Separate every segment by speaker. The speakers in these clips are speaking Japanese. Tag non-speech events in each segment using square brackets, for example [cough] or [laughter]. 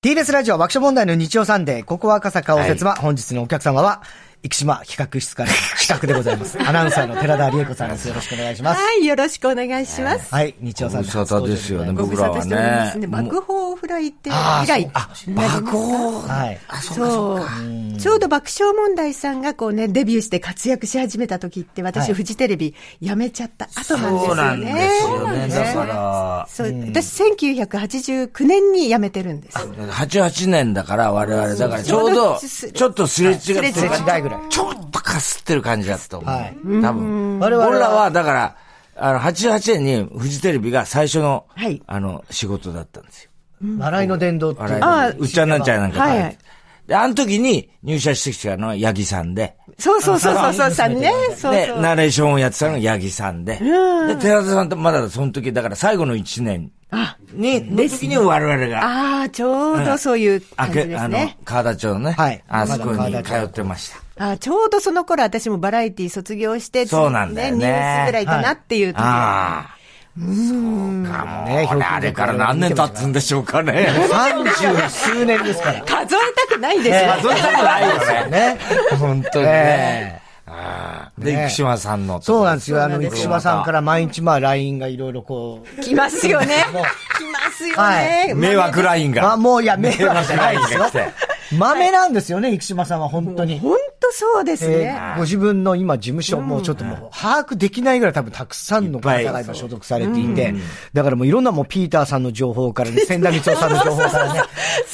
Speaker 1: TBS ラジオ爆笑問題の日曜サンデー、ここは赤坂応接は、本日のお客様は、生島企画室から企画でございます。アナウンサーの寺田理恵子さんです。よろしくお願いします。
Speaker 2: はい、よろしくお願いします。
Speaker 1: はい、日曜サンデー。
Speaker 3: ご無沙汰ですよね
Speaker 1: 初登場
Speaker 2: ご
Speaker 1: で
Speaker 2: 無沙汰しておりますね。
Speaker 3: 僕らはね
Speaker 2: 爆砲フライって以
Speaker 1: あー
Speaker 2: 来。
Speaker 3: あ、爆豪
Speaker 1: ございますはい。
Speaker 2: そうちょうど爆笑問題さんがこうね、デビューして活躍し始めた時って、私、
Speaker 1: はい
Speaker 2: フジテレビ辞めちゃった後
Speaker 3: そうな
Speaker 2: な
Speaker 3: んん
Speaker 2: で
Speaker 3: です
Speaker 2: よね。
Speaker 3: すよね。だか
Speaker 2: そう、私、1989年に辞めてるんです。
Speaker 3: ら、88年だから我々、だからちょう
Speaker 2: ちょう
Speaker 3: ど、
Speaker 2: どす
Speaker 3: ちょっとすれ違ってる
Speaker 2: すれ
Speaker 1: 世代ぐらい。
Speaker 3: ちょっとかすってる感じだったと思う。
Speaker 1: はい
Speaker 3: 多分。
Speaker 1: 我々は
Speaker 3: 俺らは、だから、あの、88年にフジテレビが最初の、
Speaker 2: はい
Speaker 3: あの、仕事だったんですよ。
Speaker 1: 笑いの殿堂っていう。
Speaker 2: あ
Speaker 3: あうっちゃんなんちゃいなんか書いて。
Speaker 2: はい
Speaker 3: で、あの時に入社してきたのは八木さんで、
Speaker 2: そうそうそうそうそう、さんね。そう
Speaker 3: で、
Speaker 2: そう。
Speaker 3: ナレーションをやってたのが八木さんで、で、寺田さんとまだその時、だから最後の1年に、の時に我々が、
Speaker 2: ああ、ちょうどそういう
Speaker 3: あ
Speaker 2: 感じ
Speaker 3: け、
Speaker 2: です
Speaker 3: あの
Speaker 2: ね。、
Speaker 3: 川田町のね、
Speaker 1: はい
Speaker 3: あそこ
Speaker 1: まだ川
Speaker 3: に
Speaker 1: 田
Speaker 3: 通
Speaker 1: 町
Speaker 3: ってました。
Speaker 2: あちょうどその頃私もバラエティ卒業して、
Speaker 3: そうなんだよね
Speaker 2: ニュースぐらいかなっていう時、
Speaker 3: ああ。そうかも
Speaker 1: ね
Speaker 3: ね。これあれから何年経つんでしょうかね。
Speaker 1: 三十数年ですから。
Speaker 2: 数えたくないですよ、
Speaker 3: そんなことないよね。
Speaker 1: ね。
Speaker 3: 本当に
Speaker 1: ね
Speaker 3: ね。ああで、生島さんの。
Speaker 1: そうなんですよ。あ
Speaker 2: そう
Speaker 1: の、
Speaker 2: なんです
Speaker 1: 生島さんから毎日まあ LINE がいろいろこう。
Speaker 2: 来ますよね。来
Speaker 1: もう
Speaker 2: ますよね。
Speaker 1: はい
Speaker 3: 迷惑ライン
Speaker 1: まあ
Speaker 3: が。
Speaker 1: もういや、迷惑じゃないですよ
Speaker 3: 迷惑じゃないで。
Speaker 1: 豆なんですよね、生島さんは本当に。
Speaker 2: 本当そうです
Speaker 1: え
Speaker 2: ね。
Speaker 1: ーご自分の今事務所、もうちょっともう把握できないぐらい多分たくさんの方
Speaker 3: いっ
Speaker 1: が
Speaker 3: ぱい
Speaker 1: 今所属されていて、だからもういろんなもうピーターさんの情報からね、千田光夫さんの情報からね、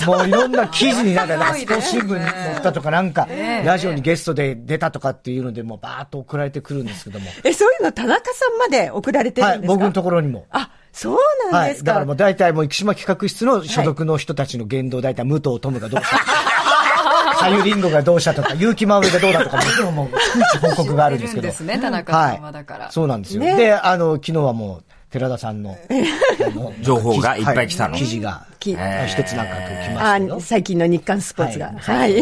Speaker 1: もういろんな記事になんかね、スポ新聞に載ったとかなんか、ラジオにゲストで出たとかっていうので、もうバーッと送られてくるんですけども。
Speaker 2: え、そういうの田中さんまで送られて
Speaker 1: は
Speaker 2: るん
Speaker 1: い、
Speaker 2: ですか、
Speaker 1: 僕のところにも。
Speaker 2: あ、そうなん
Speaker 1: は
Speaker 2: で
Speaker 1: い。
Speaker 2: すか。
Speaker 1: だからもう大体もう生島企画室の所属の人たちの言動、大体武藤友がどうしたとか、さゆりんごがどうしたとか、結城まおりがどうだとか、もちろんもう、逐一報告があるんですけど。
Speaker 4: 知ってるんですね田中
Speaker 1: は
Speaker 4: さ
Speaker 1: い
Speaker 4: んはだから
Speaker 1: そうなんですよ。
Speaker 2: ね
Speaker 1: で、あの、昨日はもう、寺田さんの、あの
Speaker 3: 情報がいっぱい来たの
Speaker 1: は記事が、
Speaker 2: き
Speaker 1: 一つなんか来ました
Speaker 2: あ
Speaker 1: よ。
Speaker 2: 最近の日刊スポーツが。はい。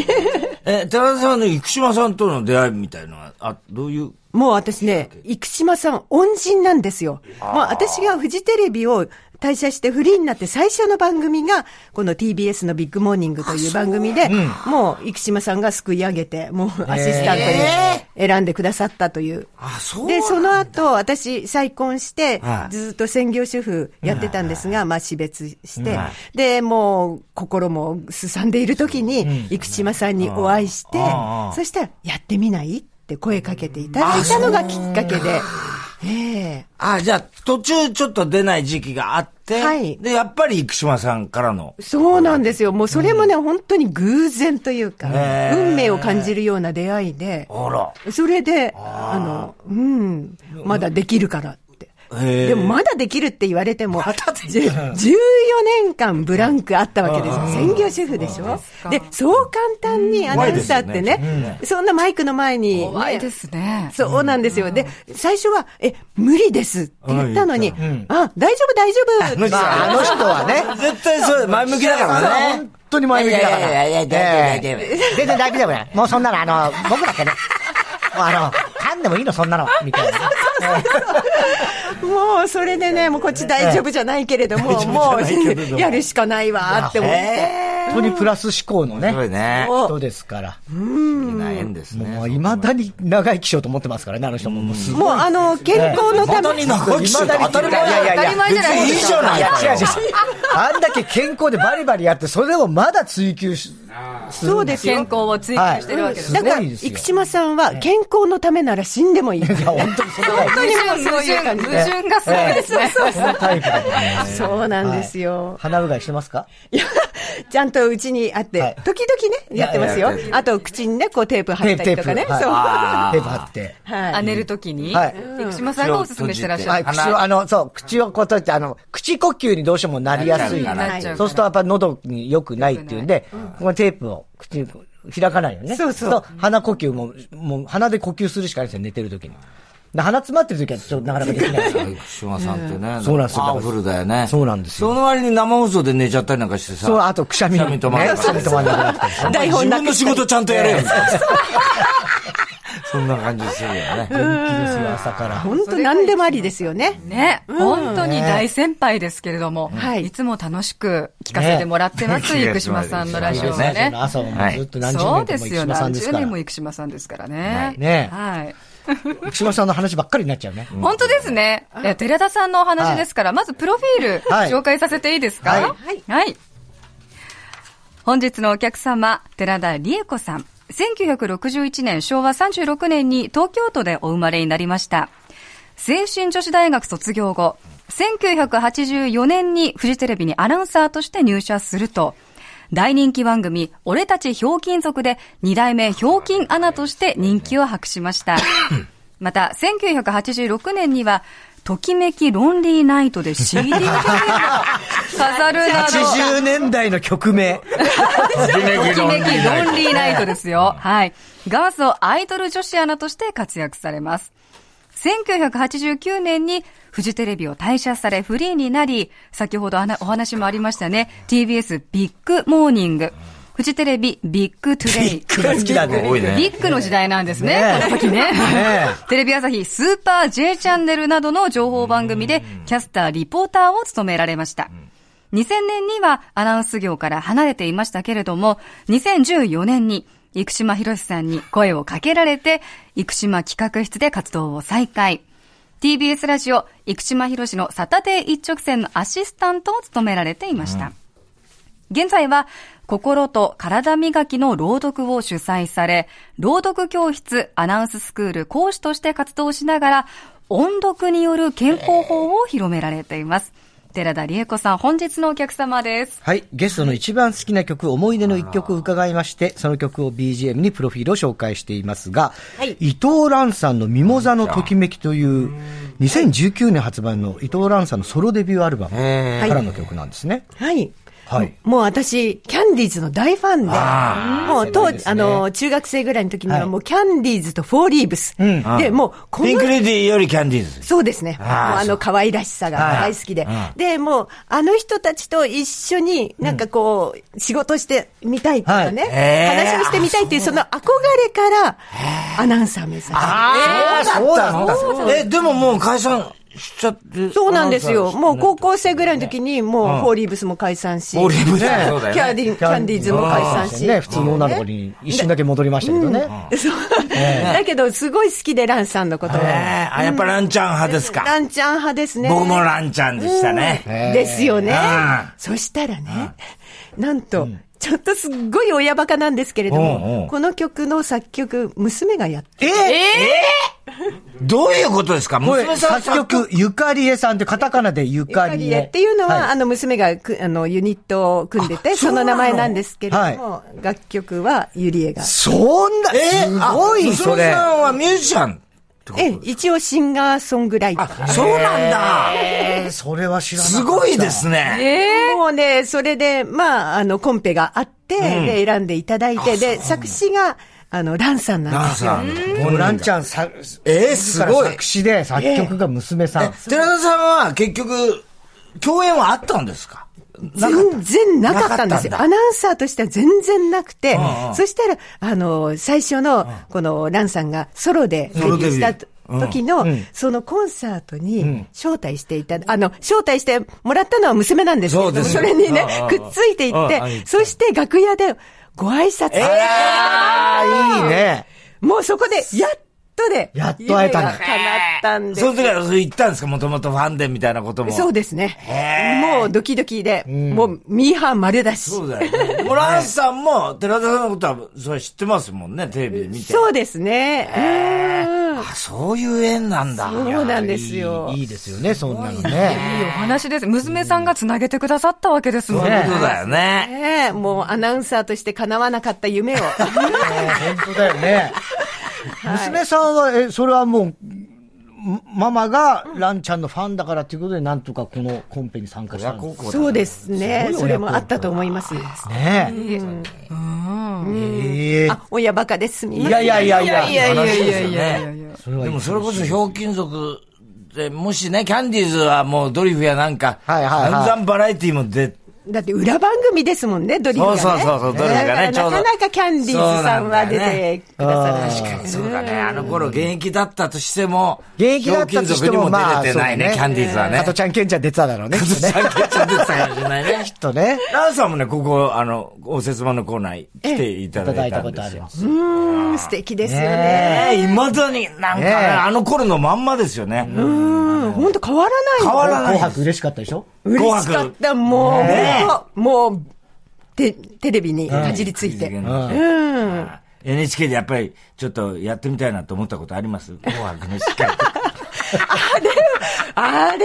Speaker 3: え、寺田さんの生島さんとの出会いみたいのは、あ、どういう、
Speaker 2: [laughs] もう私ね、生島さん恩人なんですよ。もう私がフジテレビを退社してフリーになって最初の番組が、この TBS のビッグモーニングという番組で、もう生島さんがすくい上げて、もうアシスタントに選んでくださったという。
Speaker 3: あ、そう
Speaker 2: で、その後、私、再婚して
Speaker 3: は、い
Speaker 2: ずっと専業主婦やってたんですが、まあ、死別して
Speaker 3: は、
Speaker 2: で、もう、心もすさんでいる時に、生島さんにお会いして
Speaker 3: あ、
Speaker 2: そしたら、やってみないって声かけていただいたのがきっかけで、ええ
Speaker 3: あ、じゃあ、途中ちょっと出ない時期があって、
Speaker 2: はい
Speaker 3: で、やっぱり生島さんからの、
Speaker 2: そうなんですよ。もう、それもね、本当に偶然というか、
Speaker 3: へえ
Speaker 2: 運命を感じるような出会いで、
Speaker 3: あら、
Speaker 2: それで、あの、うん、まだできるからって。
Speaker 3: へえ
Speaker 2: でもまだできるって言われても、じゅ14年間ブランクあったわけですよ。専業主婦でしょで、そう簡単にアナウンサーっ
Speaker 3: 怖
Speaker 2: て
Speaker 3: いですよ
Speaker 2: ね
Speaker 3: ね、
Speaker 2: そんなマイクの前にね。
Speaker 4: 怖いですね。
Speaker 2: そうなんですよ。で、最初は、え、無理ですって言ったのに、あ、大丈夫大丈
Speaker 3: あの
Speaker 2: 夫
Speaker 3: 人
Speaker 2: まあ
Speaker 1: あの人はね、
Speaker 3: 絶対そう、前向きだからね。
Speaker 1: 本当に前向きだから。
Speaker 3: いやいやいやいやいや
Speaker 1: ええ全然大丈夫だよ。もうそんなの、あの、僕だってね、もうあの、噛んでもいいの、そんなのは、みたいな。
Speaker 2: もうそれでね、もうこっち大丈夫じゃないけれども、もうやるしかないわって思って。
Speaker 1: 本当にプラス思考の
Speaker 3: すごい
Speaker 1: ね、
Speaker 3: ね。
Speaker 1: 人ですから。
Speaker 3: 不思議な縁ですね。
Speaker 1: もう、未だに長生きしようと思ってますからね、あの人も。もうすごい
Speaker 2: もうあの、健康のために。
Speaker 3: 長生きして当たり前
Speaker 1: いやいやいや
Speaker 4: 当たり前じゃない
Speaker 3: 別
Speaker 4: で
Speaker 3: にいい
Speaker 4: す
Speaker 3: じ
Speaker 4: か。
Speaker 3: ゃない
Speaker 1: いや、違う違う違う。あんだけ健康でバリバリやって、それをまだ追求し、
Speaker 2: そうですよ
Speaker 4: 健康を追求してるわけです。
Speaker 1: す
Speaker 2: だか
Speaker 1: ご
Speaker 2: ら、
Speaker 1: いですよ
Speaker 2: 生島さんは健康のためなら死んでもいい。
Speaker 1: いや、本当にそれ
Speaker 4: 本当にもう
Speaker 2: そ
Speaker 4: 矛
Speaker 2: ういう
Speaker 4: 盾、
Speaker 2: 感じ
Speaker 4: 矛盾がすごいですね。
Speaker 1: そのタイプだと思います。
Speaker 2: そうなんですよ。
Speaker 1: 鼻うがいしてますか
Speaker 2: いや、 [laughs] ちゃんとうちにあ
Speaker 1: は
Speaker 2: っ
Speaker 1: い
Speaker 2: て、時々ね、やってますよ
Speaker 3: いやいやい。
Speaker 2: あと、口にね、こうテープ貼ったりとかね。
Speaker 1: テ
Speaker 2: そ
Speaker 1: ープテープ
Speaker 2: う。
Speaker 3: あー
Speaker 1: テープ貼って。
Speaker 2: は
Speaker 4: あ、
Speaker 2: い。
Speaker 4: 寝るときに、
Speaker 1: はい
Speaker 4: 生島さんがおすすめしてらっしゃ
Speaker 1: は
Speaker 4: る
Speaker 1: い、。口を、あの、そう、口をこう閉じて、あの、口呼吸にどうしてもなりやすい
Speaker 3: なっちゃう
Speaker 4: からなっちゃうから
Speaker 1: そうするとやっぱ喉に良くないっていうんで、このテープを口に開かないよね。
Speaker 2: そうそう
Speaker 1: すると鼻呼吸も、もう鼻で呼吸するしかないんですよ、寝てる時に。で鼻詰まってる時はちょっとなかなかでき [laughs] ない。
Speaker 3: 生島さんってね、
Speaker 1: そうなんですよ
Speaker 3: パワフルだよね。
Speaker 1: そうなんですよ
Speaker 3: その割に生放送で寝ちゃったりなんかしてさ。
Speaker 1: そう、あとくしゃみ。
Speaker 3: くしゃみ止まん
Speaker 1: ね [laughs]
Speaker 3: な
Speaker 1: くしゃみ止まんなくなったり。
Speaker 2: 台
Speaker 3: 自
Speaker 2: 本な
Speaker 3: 分の
Speaker 2: くし
Speaker 3: 仕事ちゃんとやれよ。そんな感じするよ
Speaker 1: 元
Speaker 3: ね。
Speaker 1: 気ですよ、朝から。
Speaker 2: 本当何でもありですよね。
Speaker 4: ね、本当に大先輩ですけれども、
Speaker 2: はい
Speaker 4: いつも楽しく聞かせてもらってます、
Speaker 3: ね
Speaker 4: 生島さんのラジオ
Speaker 3: そう
Speaker 4: は
Speaker 3: で
Speaker 1: ね
Speaker 4: ね。
Speaker 1: 朝もずっと何十
Speaker 4: そう
Speaker 1: 年も
Speaker 4: です
Speaker 1: 生
Speaker 4: よ、
Speaker 1: 島さん
Speaker 4: 何
Speaker 1: で
Speaker 4: 十
Speaker 1: すから
Speaker 4: 年。も生島さんですからね。
Speaker 1: ね
Speaker 4: はい。
Speaker 1: 生島さんの話ばっかりになっちゃう [laughs] ね。
Speaker 4: 本当ですね。いや寺田さんのお話ですから、まずプロフィール、
Speaker 1: はい
Speaker 4: 紹介させていいですか
Speaker 1: はい
Speaker 4: はい。はい。本日のお客様、寺田理恵子さん。1961年、昭和36年に東京都でお生まれになりました。青春女子大学卒業後、1984年にフジテレビにアナウンサーとして入社すると、大人気番組、俺たちひょうきん族で、二代目ひょうきんアナとして人気を博しました。また、1986年には、ときめきロンリーナイトで CD デビューを飾るな
Speaker 1: 80
Speaker 4: ど、
Speaker 1: 年代の曲名。
Speaker 3: ときめ
Speaker 4: ときめきロン
Speaker 3: リ
Speaker 4: リーナイトですよ。はい。元祖アイドル女子アナとして活躍されます。1989年にフジテレビを退社されフリーになり、先ほどあなお話もありましたね、TBS ビッグモーニング、フジテレビビッグトゥデイ。
Speaker 1: 曲が好きだ
Speaker 3: ー
Speaker 1: ね。
Speaker 3: 多いね。
Speaker 4: ビッグの時代なんですね、
Speaker 1: ねえ
Speaker 4: この時ね。
Speaker 1: ね
Speaker 4: テレビ朝日スーパー J チャンネルなどの情報番組でキャスター、リポーターを務められました。2000年にはアナウンス業から離れていましたけれども、2014年に生島博さんに声をかけられて、生島企画室で活動を再開。TBS ラジオ、生島博のサタデー一直線のアシスタントを務められていました。現在は、心と体磨きの朗読を主催され、朗読教室、アナウンススクール講師として活動しながら、音読による健康法を広められています。寺田理恵子さん、本日のお客様です。
Speaker 1: はい。ゲストの一番好きな曲、思い出の一曲を伺いまして、その曲を BGM にプロフィールを紹介していますが、伊藤蘭さんのミモザのときめきという、2019年発売の伊藤蘭さんのソロデビューアルバムからの曲なんですね。
Speaker 2: はい。
Speaker 1: はい。
Speaker 2: もう私、キャンディーズの大ファンで、もう当
Speaker 1: そうで
Speaker 2: 時、
Speaker 1: すね
Speaker 2: あの、中学生ぐらいの時に
Speaker 1: は
Speaker 2: はいもうキャンディーズとフォーリーブス。で、もうこ
Speaker 3: ピンク
Speaker 2: の、
Speaker 3: レディーよりキャンディーズ。
Speaker 2: そうですね。もう
Speaker 3: あー
Speaker 2: あの可愛らしさが大好きで。で、もうあの人たちと一緒になんかこう、仕事してみたいとかね、
Speaker 1: はい
Speaker 3: えー
Speaker 2: 話をしてみたいっていうその憧れから、アナウンサー目指した。
Speaker 3: ああ、そうだったのえ、でももう解散しちゃって。
Speaker 2: そうなんですよ。もう高
Speaker 3: ね。
Speaker 2: 校生ぐらいの時に、もう、フォーリーブスも解散し、
Speaker 3: オリーブ
Speaker 2: キ
Speaker 3: だよね。そうだよね
Speaker 2: ャディキャンディーズも解散し。
Speaker 1: ね、普通の女の子に一瞬だけ戻りましたけどね。
Speaker 2: そう。だけど、すごい好きで、ランさんのことを。
Speaker 3: えーあ、やっぱランちゃん派ですか
Speaker 2: ラ。ンちゃん派ですね。
Speaker 3: 僕もランちゃんでしたね。
Speaker 2: ですよね
Speaker 3: あ。
Speaker 2: そしたらね、なんと、ちょっとすっごい親バカなんですけれど
Speaker 3: うんうん
Speaker 2: も、この曲の作曲、娘がやって、
Speaker 1: え
Speaker 3: どういうことですか
Speaker 1: これ
Speaker 3: 娘さん
Speaker 1: 作曲、ゆかりえさんってカタカナでゆか
Speaker 2: カ
Speaker 1: り
Speaker 2: リエ
Speaker 1: え
Speaker 2: っていうのは、あの、娘がく、あの、ユニットを組んでて、その名前なんですけれども、楽曲はユリエが。
Speaker 1: そんな、
Speaker 3: え
Speaker 1: すごい、そ
Speaker 3: 娘
Speaker 1: れ。
Speaker 3: さんはミュージシャンってこ
Speaker 2: ええ、一応シンガーソングライタ
Speaker 3: と
Speaker 2: ー。
Speaker 3: そうなんだ。
Speaker 1: えーそれは知らない。
Speaker 3: すごいですね。
Speaker 2: もうね、それで、まあ、あの、コンペがあって、で、選んでいただいて、で、作詞が、あの、ランさんなん
Speaker 3: ラ
Speaker 2: で
Speaker 3: ン
Speaker 2: すよ。
Speaker 3: さん。
Speaker 1: もうランちゃんさ、
Speaker 3: えーすごい
Speaker 1: 作詞で作曲が娘さん。
Speaker 3: 寺田さんは結局、共演はあったんですかなかった
Speaker 2: 全然なかったんです
Speaker 3: な
Speaker 2: よ。
Speaker 3: かった
Speaker 2: アナウンサーとしては全然なくて、そしたら、あの、最初の、この、ランさんがソロでデビューしたと
Speaker 3: ソロデビュー
Speaker 2: 時の、そのコンサートに招待していた、あの、招待してもらったのは娘なんですけれども、
Speaker 3: そ
Speaker 2: そう
Speaker 3: です
Speaker 2: れ
Speaker 3: よ
Speaker 2: にね
Speaker 3: うんうん、
Speaker 2: くっついていっ
Speaker 3: うんうん
Speaker 2: て、そして楽屋でご挨拶
Speaker 3: え
Speaker 1: いいね。
Speaker 2: もうそこで、やっとで、
Speaker 1: やっと会えたんだ
Speaker 2: 夢が叶ったん
Speaker 3: ー
Speaker 2: で
Speaker 3: その時はそれ言ったんですかもともとファンでみたいなことも。
Speaker 2: そうです
Speaker 3: へ
Speaker 2: ね。
Speaker 3: ー
Speaker 2: もうドキドキで、もうミーハー丸出し。
Speaker 3: そうだよね。もうランさんも、寺田さんのことは、それ知ってますもんね、テレビで見て。
Speaker 2: そうですね。うん
Speaker 3: あ、そういう縁なんだ。
Speaker 2: そうなんですよ。
Speaker 1: いいですよね、そんなのね。 [laughs]
Speaker 4: いいお話です。娘さんがつなげてくださったわけですもん
Speaker 3: そういう
Speaker 4: ね。
Speaker 3: ことだよね。
Speaker 2: ねえもうアナウンサーとして叶わなかった夢を。
Speaker 1: えー本当だよね。娘さんは、え、それはもう、んママがランちゃんのファンだからということで、なんとかこのコンペに参加したんです。
Speaker 2: そうですね。
Speaker 1: すごい親孝行
Speaker 2: それもあったと思います。
Speaker 1: ねええー
Speaker 2: あ、親バカです。み
Speaker 1: いやいやいやいや。
Speaker 4: いやいやいやいやいやいや。
Speaker 3: それはでもそれこそ、ひょうきん族で、もしね、キャンディーズはもうドリフやなんか、
Speaker 1: はいはいはい
Speaker 3: 散々バラエティも出
Speaker 2: だって裏番組ですもんね、ドリフが、ね。
Speaker 3: そうそうそう、ドリフがね、
Speaker 2: ちょうど。なかなかキャンディーズさんは出てくださら
Speaker 3: ない。確かにそうだね。あの頃現役だったとしても、
Speaker 1: 現役だったとしても、
Speaker 3: まあ、出てないね、キャンディーズはね。
Speaker 1: あとちゃんけんちゃん出てただろうね。
Speaker 3: ちゃ [laughs] んけんちゃん出てたかもしれないね。
Speaker 1: [laughs] きっとね。
Speaker 3: ランさんもね、ここ、あの、応接間のコーナー来ていただいたんですよ。
Speaker 2: うん、素敵ですよね。
Speaker 3: いまだに、なんかあの頃のまんまですよね。
Speaker 2: うん、本当変わらない
Speaker 3: 変わらない。、
Speaker 1: 紅白嬉しかったでしょ
Speaker 2: 嬉しかった、もう。ね、もう、て、テレビにかじりついて。うん。うん
Speaker 3: NHK でやっぱり、ちょっとやってみたいなと思ったことあります紅白ね、しっかり。 [laughs]
Speaker 2: あれ [laughs] は、あれはも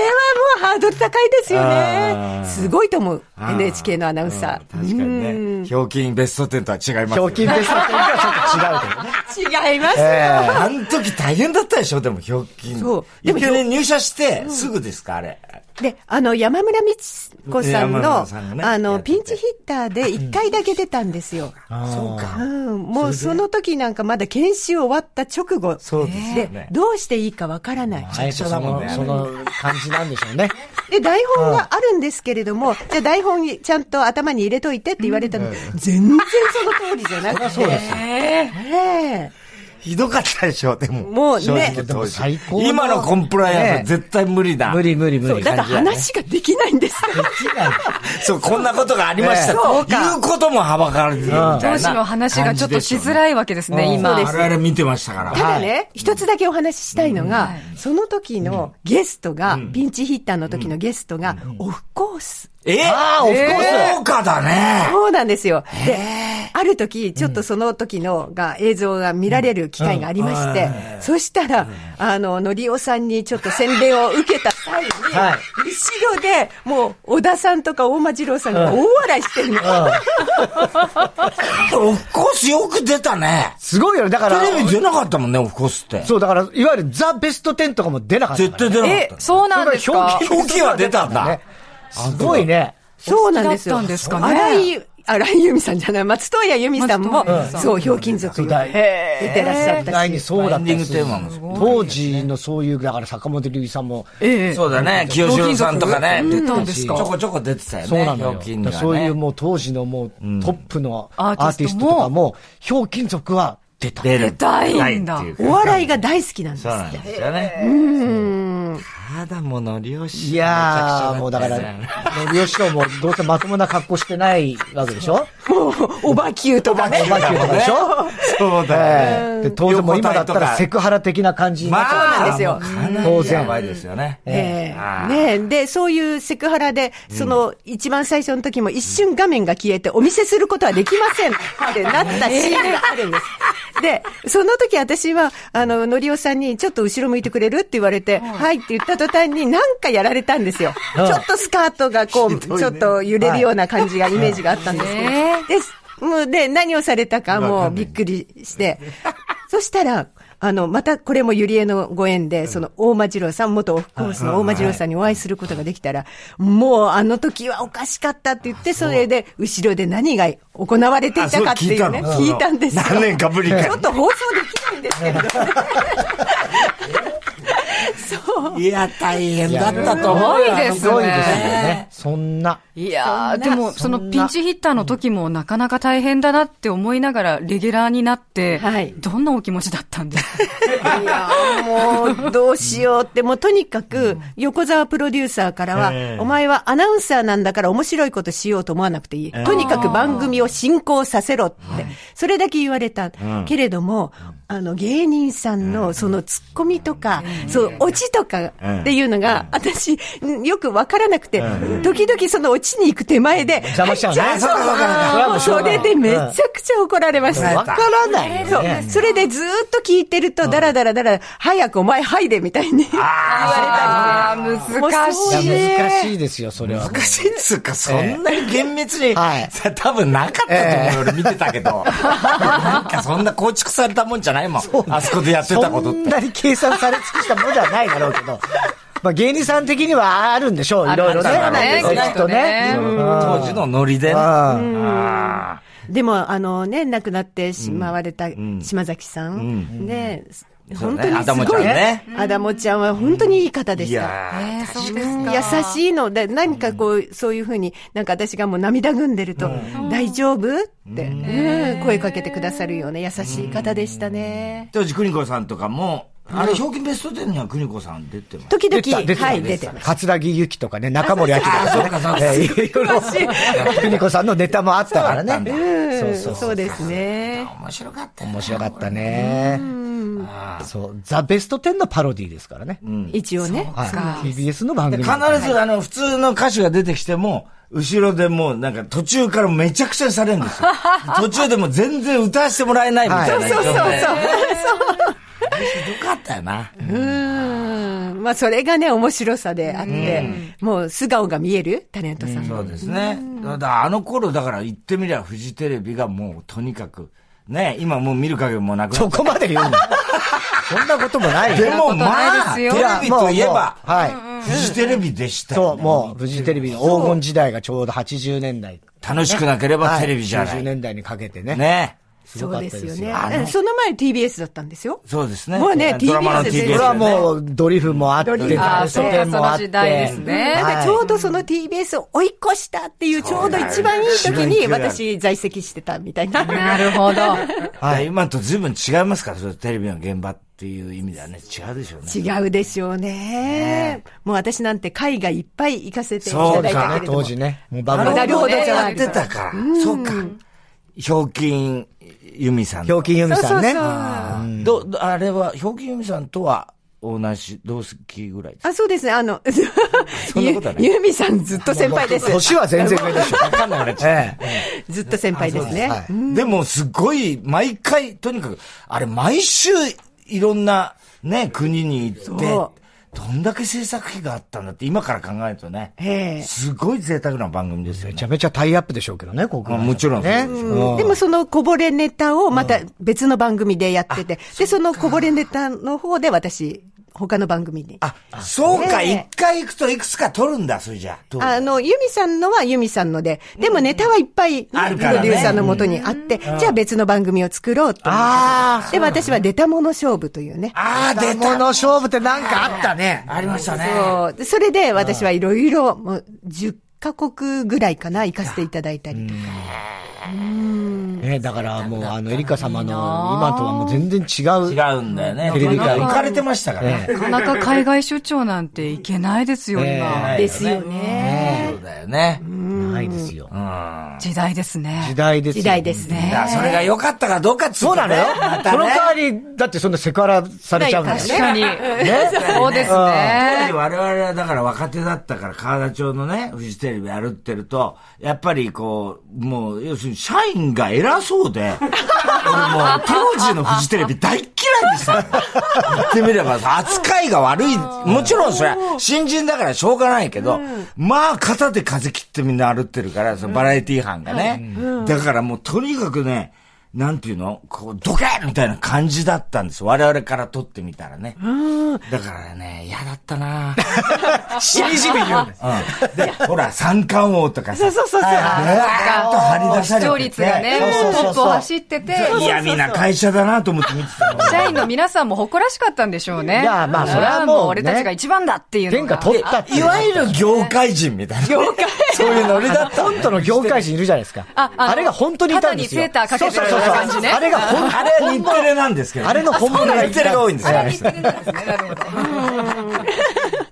Speaker 2: うハードル高いですよね。すごいと思う。NHK のアナウンサ
Speaker 3: ー。うん、確かにね。ひょうきんベスト10とは違います、ね。ひ
Speaker 1: ょうきんベスト10とはちょっ
Speaker 2: と違うけどね。違いますよ、え
Speaker 3: ー。あの時大変だったでしょでもひょうきん。そう。でも、ね、入社して、すぐですか、うん、あれ。
Speaker 2: で、あの、山村美智子さんの、んね、あの、ピンチヒッターで一回だけ出たんですよ。
Speaker 3: そうか。
Speaker 2: うん。もうその時なんかまだ研修終わった直後。
Speaker 3: そうですね。
Speaker 2: で、どうしていいかわからない。
Speaker 1: 最初だもんね。その感じなんでしょうね。
Speaker 2: で、台本があるんですけれども、じゃあ台本ちゃんと頭に入れといてって言われたの、全然その通りじゃなくて。
Speaker 1: [laughs] そうです。
Speaker 2: ねえ。
Speaker 3: ひどかったでしょ、でも。
Speaker 2: もうね、
Speaker 1: 最高。
Speaker 3: 今のコンプライアンス絶対無理だ。
Speaker 1: 無理無理無理。
Speaker 2: だから話ができないんです
Speaker 1: で
Speaker 2: [laughs]
Speaker 1: きない。
Speaker 3: そう、こんなことがありました。そう言うこともはばかられてるみたい
Speaker 4: な。の話がちょっとしづらいわけですね、今。
Speaker 3: 我々見てましたから。
Speaker 2: ただね、一つだけお話ししたいのが、その時のゲストが、ピンチヒッターの時のゲストが、オフコース。
Speaker 3: えああ、オフコース。豪華だね。
Speaker 2: そうなんですよ。で、ある時、ちょっとその時のが、映像が見られる機会がありまして、そしたら、あの、のりおさんにちょっと洗礼を受けた際に、後ろで、もう、小田さんとか大間二郎さんが大笑いしてるの。
Speaker 3: オフコースよく出たね。
Speaker 1: すごいよね。だから。
Speaker 3: テレビ出なかったもんね、オフコースって。
Speaker 1: そう、だから、いわゆるザ・ベスト10とかも出なかった。
Speaker 3: 絶対出なかった。え、
Speaker 4: そうなんですか
Speaker 3: 表記は出たんだ。
Speaker 1: すごいね。
Speaker 2: そうなんですよ。
Speaker 4: ですか
Speaker 2: ね。荒井由美さんじゃない、松任谷由美さんも、そう、ひょうきん族出てらっしゃった
Speaker 1: し。そうだった当時のそういう、だから坂本龍一さんも。
Speaker 3: そうだね、清志郎さんとかね。
Speaker 4: 出たんですか
Speaker 3: ちょこちょこ出てたよね。
Speaker 1: そうなんだよ。そういうもう当時のもうトップのアーティストとかも、ひょうきん族は出た。
Speaker 4: 出たいんだ。
Speaker 2: お笑いが大好きなんですって。
Speaker 3: ですよね。うん。ただものりおし。
Speaker 1: いやー、もうだから、のりおしもどうせまともな格好してないわけでしょ
Speaker 2: もう、おばきゅうとかね。
Speaker 1: おばきゅうとかでしょ
Speaker 3: そうだ
Speaker 1: よ。当然もう今だったらセクハラ的な感じになっち
Speaker 2: ゃうんですよ。
Speaker 1: 当然。
Speaker 3: やばいですよね。
Speaker 2: ねえ。で、そういうセクハラで、その、一番最初の時も一瞬画面が消えてお見せすることはできませんってなったシーンがあるんです。 [laughs] で、その時私は、あの、のりおさんに、ちょっと後ろ向いてくれるって言われて、はいって言った途端に、なんかやられたんですよ。ちょっとスカートがこう、 [laughs] ちょっと揺れるような感じが、イメージがあったんですけど。で、もう、で、何をされたか、もうびっくりして。そしたら、あの、またこれもゆりえのご縁で、その大間次郎さん、元オフコースの大間次郎さんにお会いすることができたら、もうあの時はおかしかったって言って、それで後ろで何が行われていたかっていうね、聞いたんですよ。
Speaker 3: 何年かぶりか。。
Speaker 2: ちょっと放送できないんですけれどね。そう
Speaker 3: いや、大変だったと思
Speaker 4: う。すごいですね。すごいですよ
Speaker 1: ね。そんな。
Speaker 4: いやでも、そのピンチヒッターの時もなかなか大変だなって思いながら、レギュラーになって、はい、どんなお気持ちだったんですか
Speaker 2: いやもう、どうしようって、もうとにかく、横澤プロデューサーからは、お前はアナウンサーなんだから面白いことしようと思わなくていい。とにかく番組を進行させろって、それだけ言われた。けれども、あの、芸人さんのそのツッコミとか、そう、オチとかっていうのが、私、よくわからなくて、時々そのオチに行く手前で、
Speaker 1: 邪魔しちゃうね。
Speaker 2: そうそれでめちゃくちゃ怒られました。
Speaker 1: わからない
Speaker 2: そう。それでずっと聞いてると、だらだらだら、早くお前入れみたいに言わ
Speaker 4: れたり。難しい。
Speaker 1: 難しいですよ、それは。
Speaker 3: 難しいっつうか、そんなに厳密に、多分なかったと思う。俺見てたけど。なんかそんな構築されたもんじゃないもん。あそこでやってたことって。そ
Speaker 1: んなに計算され尽くしたもんじゃないだろうけ [laughs] ど。まあ芸人さん的にはあるんでしょう、いろいろね。
Speaker 4: きっとね。
Speaker 3: 当時のノリでね。
Speaker 2: でも、あのね、亡くなってしまわれた島崎さん。で、本当にすごいね。アダモちゃんは本当にいい方でした。
Speaker 4: えー、そうです
Speaker 2: 優しいので、何かこう、そういうふうに、なんか私がもう涙ぐんでると、大丈夫って、うん、声かけてくださるような優しい方でしたね。
Speaker 3: 当時、邦子さんとかも、あれ、表記ベスト10には邦子さん出てます。
Speaker 2: 時々、はい、出てます。
Speaker 1: 桂木由紀とかね、中森明とかね、いろいろ、邦子さんのネタもあったからね。
Speaker 2: そうそう。そうですね。
Speaker 3: 面白かった
Speaker 1: 面白かったね。そう、ザ・ベスト10のパロディですからね。
Speaker 2: 一応ね。
Speaker 1: TBS の番組。
Speaker 3: 必ず、あの、普通の歌手が出てきても、後ろでもう、なんか途中からめちゃくちゃにされるんですよ。途中でも全然歌わせてもらえないみたいな。
Speaker 2: そうそうそう。
Speaker 3: ひどかったよな。
Speaker 2: うん。まあ、それがね、面白さであって、もう素顔が見えるタレントさん。
Speaker 3: そうですね。だあの頃、だから言ってみりゃ、フジテレビがもうとにかく、ね、今もう見る影もなくな
Speaker 1: そこまで言うの [laughs] そんなこともない
Speaker 3: でもまあ、テレビといえば、はい。フジテレビでした
Speaker 1: よ、ね、そう、もう、フジテレビの黄金時代がちょうど80年代。
Speaker 3: 楽しくなければテレビじゃない。
Speaker 1: 90年代にかけてね。
Speaker 3: ね。
Speaker 2: そうですよね。その前 TBS だったんですよ。
Speaker 3: そうですね。
Speaker 2: もうね、
Speaker 1: TBS ドラマの TBS。これはもうドリフもあって、ドリフ
Speaker 4: もあって。ですね。
Speaker 2: ちょうどその TBS を追い越したっていう、ちょうど一番いい時に私在籍してたみた [laughs] いな。
Speaker 4: なるほど。
Speaker 3: はい、今と随分違いますから、そテレビの現場って。っていう意味ではね、違うでしょう
Speaker 2: ね。違うでしょうね。もう私なんて海外いっぱい行かせていただいたけれどそうか、
Speaker 1: 当時ね。もう
Speaker 3: バブルなるほど、やってたから。そうか。ひょうきん由美さん。
Speaker 1: ひょうきん由美さんね。
Speaker 3: そうど、あれは、ひょうきん由美さんとは、同じ、同期ぐらいです
Speaker 2: あ、そうですね。あの、そんなことない。ゆみさんずっと先 [laughs] 輩です。
Speaker 1: 年は全然上でしょ。わかんなくなっちゃ
Speaker 2: う。ずっと先輩ですね。
Speaker 3: でも、すごい、毎回、とにかく、あれ、毎週、いろんなね、国に行って、どんだけ制作費があったんだって今から考えるとね、すごい贅沢な番組ですよ、
Speaker 1: ね、めちゃめちゃタイアップでしょうけどね、ここ
Speaker 3: もちろん
Speaker 2: ね、でもそのこぼれネタをまた別の番組でやってて、うん、で、そのこぼれネタの方で私、他の番組に。
Speaker 3: あ、そうか、一回行くといくつか撮るんだ、それじゃ
Speaker 2: あ。あの、ユミさんのはユミさんので、でもネタはいっぱい、
Speaker 3: あるから。
Speaker 2: プロデューサーのもとにあって、じゃあ別の番組を作ろうと。ああ。で、私は出たもの勝負というね。
Speaker 1: ああ、出たも勝負ってなんかあったね。
Speaker 3: ありましたね。
Speaker 2: そう。それで私はいろいろ、もう10カ国ぐらいかな、行かせていただいたりとか。
Speaker 1: ね、だからもう、あの、エリカ様の、今とはもう全然違う。
Speaker 3: 違うんだよね。
Speaker 1: テレビ界。
Speaker 3: 行かれてましたからね。
Speaker 4: なかなか海外出張なんて行けないですよ、今。
Speaker 2: ですよね。
Speaker 3: そうだよね。
Speaker 1: ないですよ。
Speaker 4: 時代ですね。
Speaker 1: 時代です
Speaker 2: 時代ですね。
Speaker 3: それが良かったかどうかっつ
Speaker 1: そうなのよ。その代わり、だってそんなセクハラされちゃうんだよね。
Speaker 4: 確かに。そうです
Speaker 3: 我
Speaker 4: ね。
Speaker 3: 々はだから若手だったから、河田町のね、フジテレビやるってると、やっぱりこう、もう、要するに社員が偉そうで、 [laughs] 俺もう当時のフジテレビ大嫌いでした。言ってみればさ、扱いが悪い。もちろんそれは新人だからしょうがないけど、まあ肩で風切ってみんな歩ってるから、そのバラエティ班がね。だからもうとにかくね、なんていうのこう、どけみたいな感じだったんです。我々から撮ってみたらね。だからね、嫌だったな
Speaker 1: しみじみ言うんです。
Speaker 3: うん、で、ほら、三冠王とか
Speaker 2: さ。そうそうそうそう。と
Speaker 3: 張り出されて
Speaker 4: 視聴率がね、もうトップを走ってて。
Speaker 3: 嫌味な会社だなと思って見てた。
Speaker 4: 社員の皆さんも誇らしかったんでしょうね。
Speaker 1: いや、まあ、それはもう、
Speaker 4: 俺たちが一番だっていう
Speaker 1: 天下取ったって
Speaker 3: いわゆる業界人みたいな。
Speaker 4: 業界
Speaker 3: そういうノリだった。
Speaker 1: 本当の業界人いるじゃないですか。あ、あれが本当にいたんですよ。
Speaker 4: 肩にセーターかけてる。ね、
Speaker 1: あれが [laughs] 本、
Speaker 3: あれは日テレなんですけど、
Speaker 1: ね、あれの本物
Speaker 3: が日テレが多いんですよ。あれ日テレ
Speaker 4: なんですね、なるほど。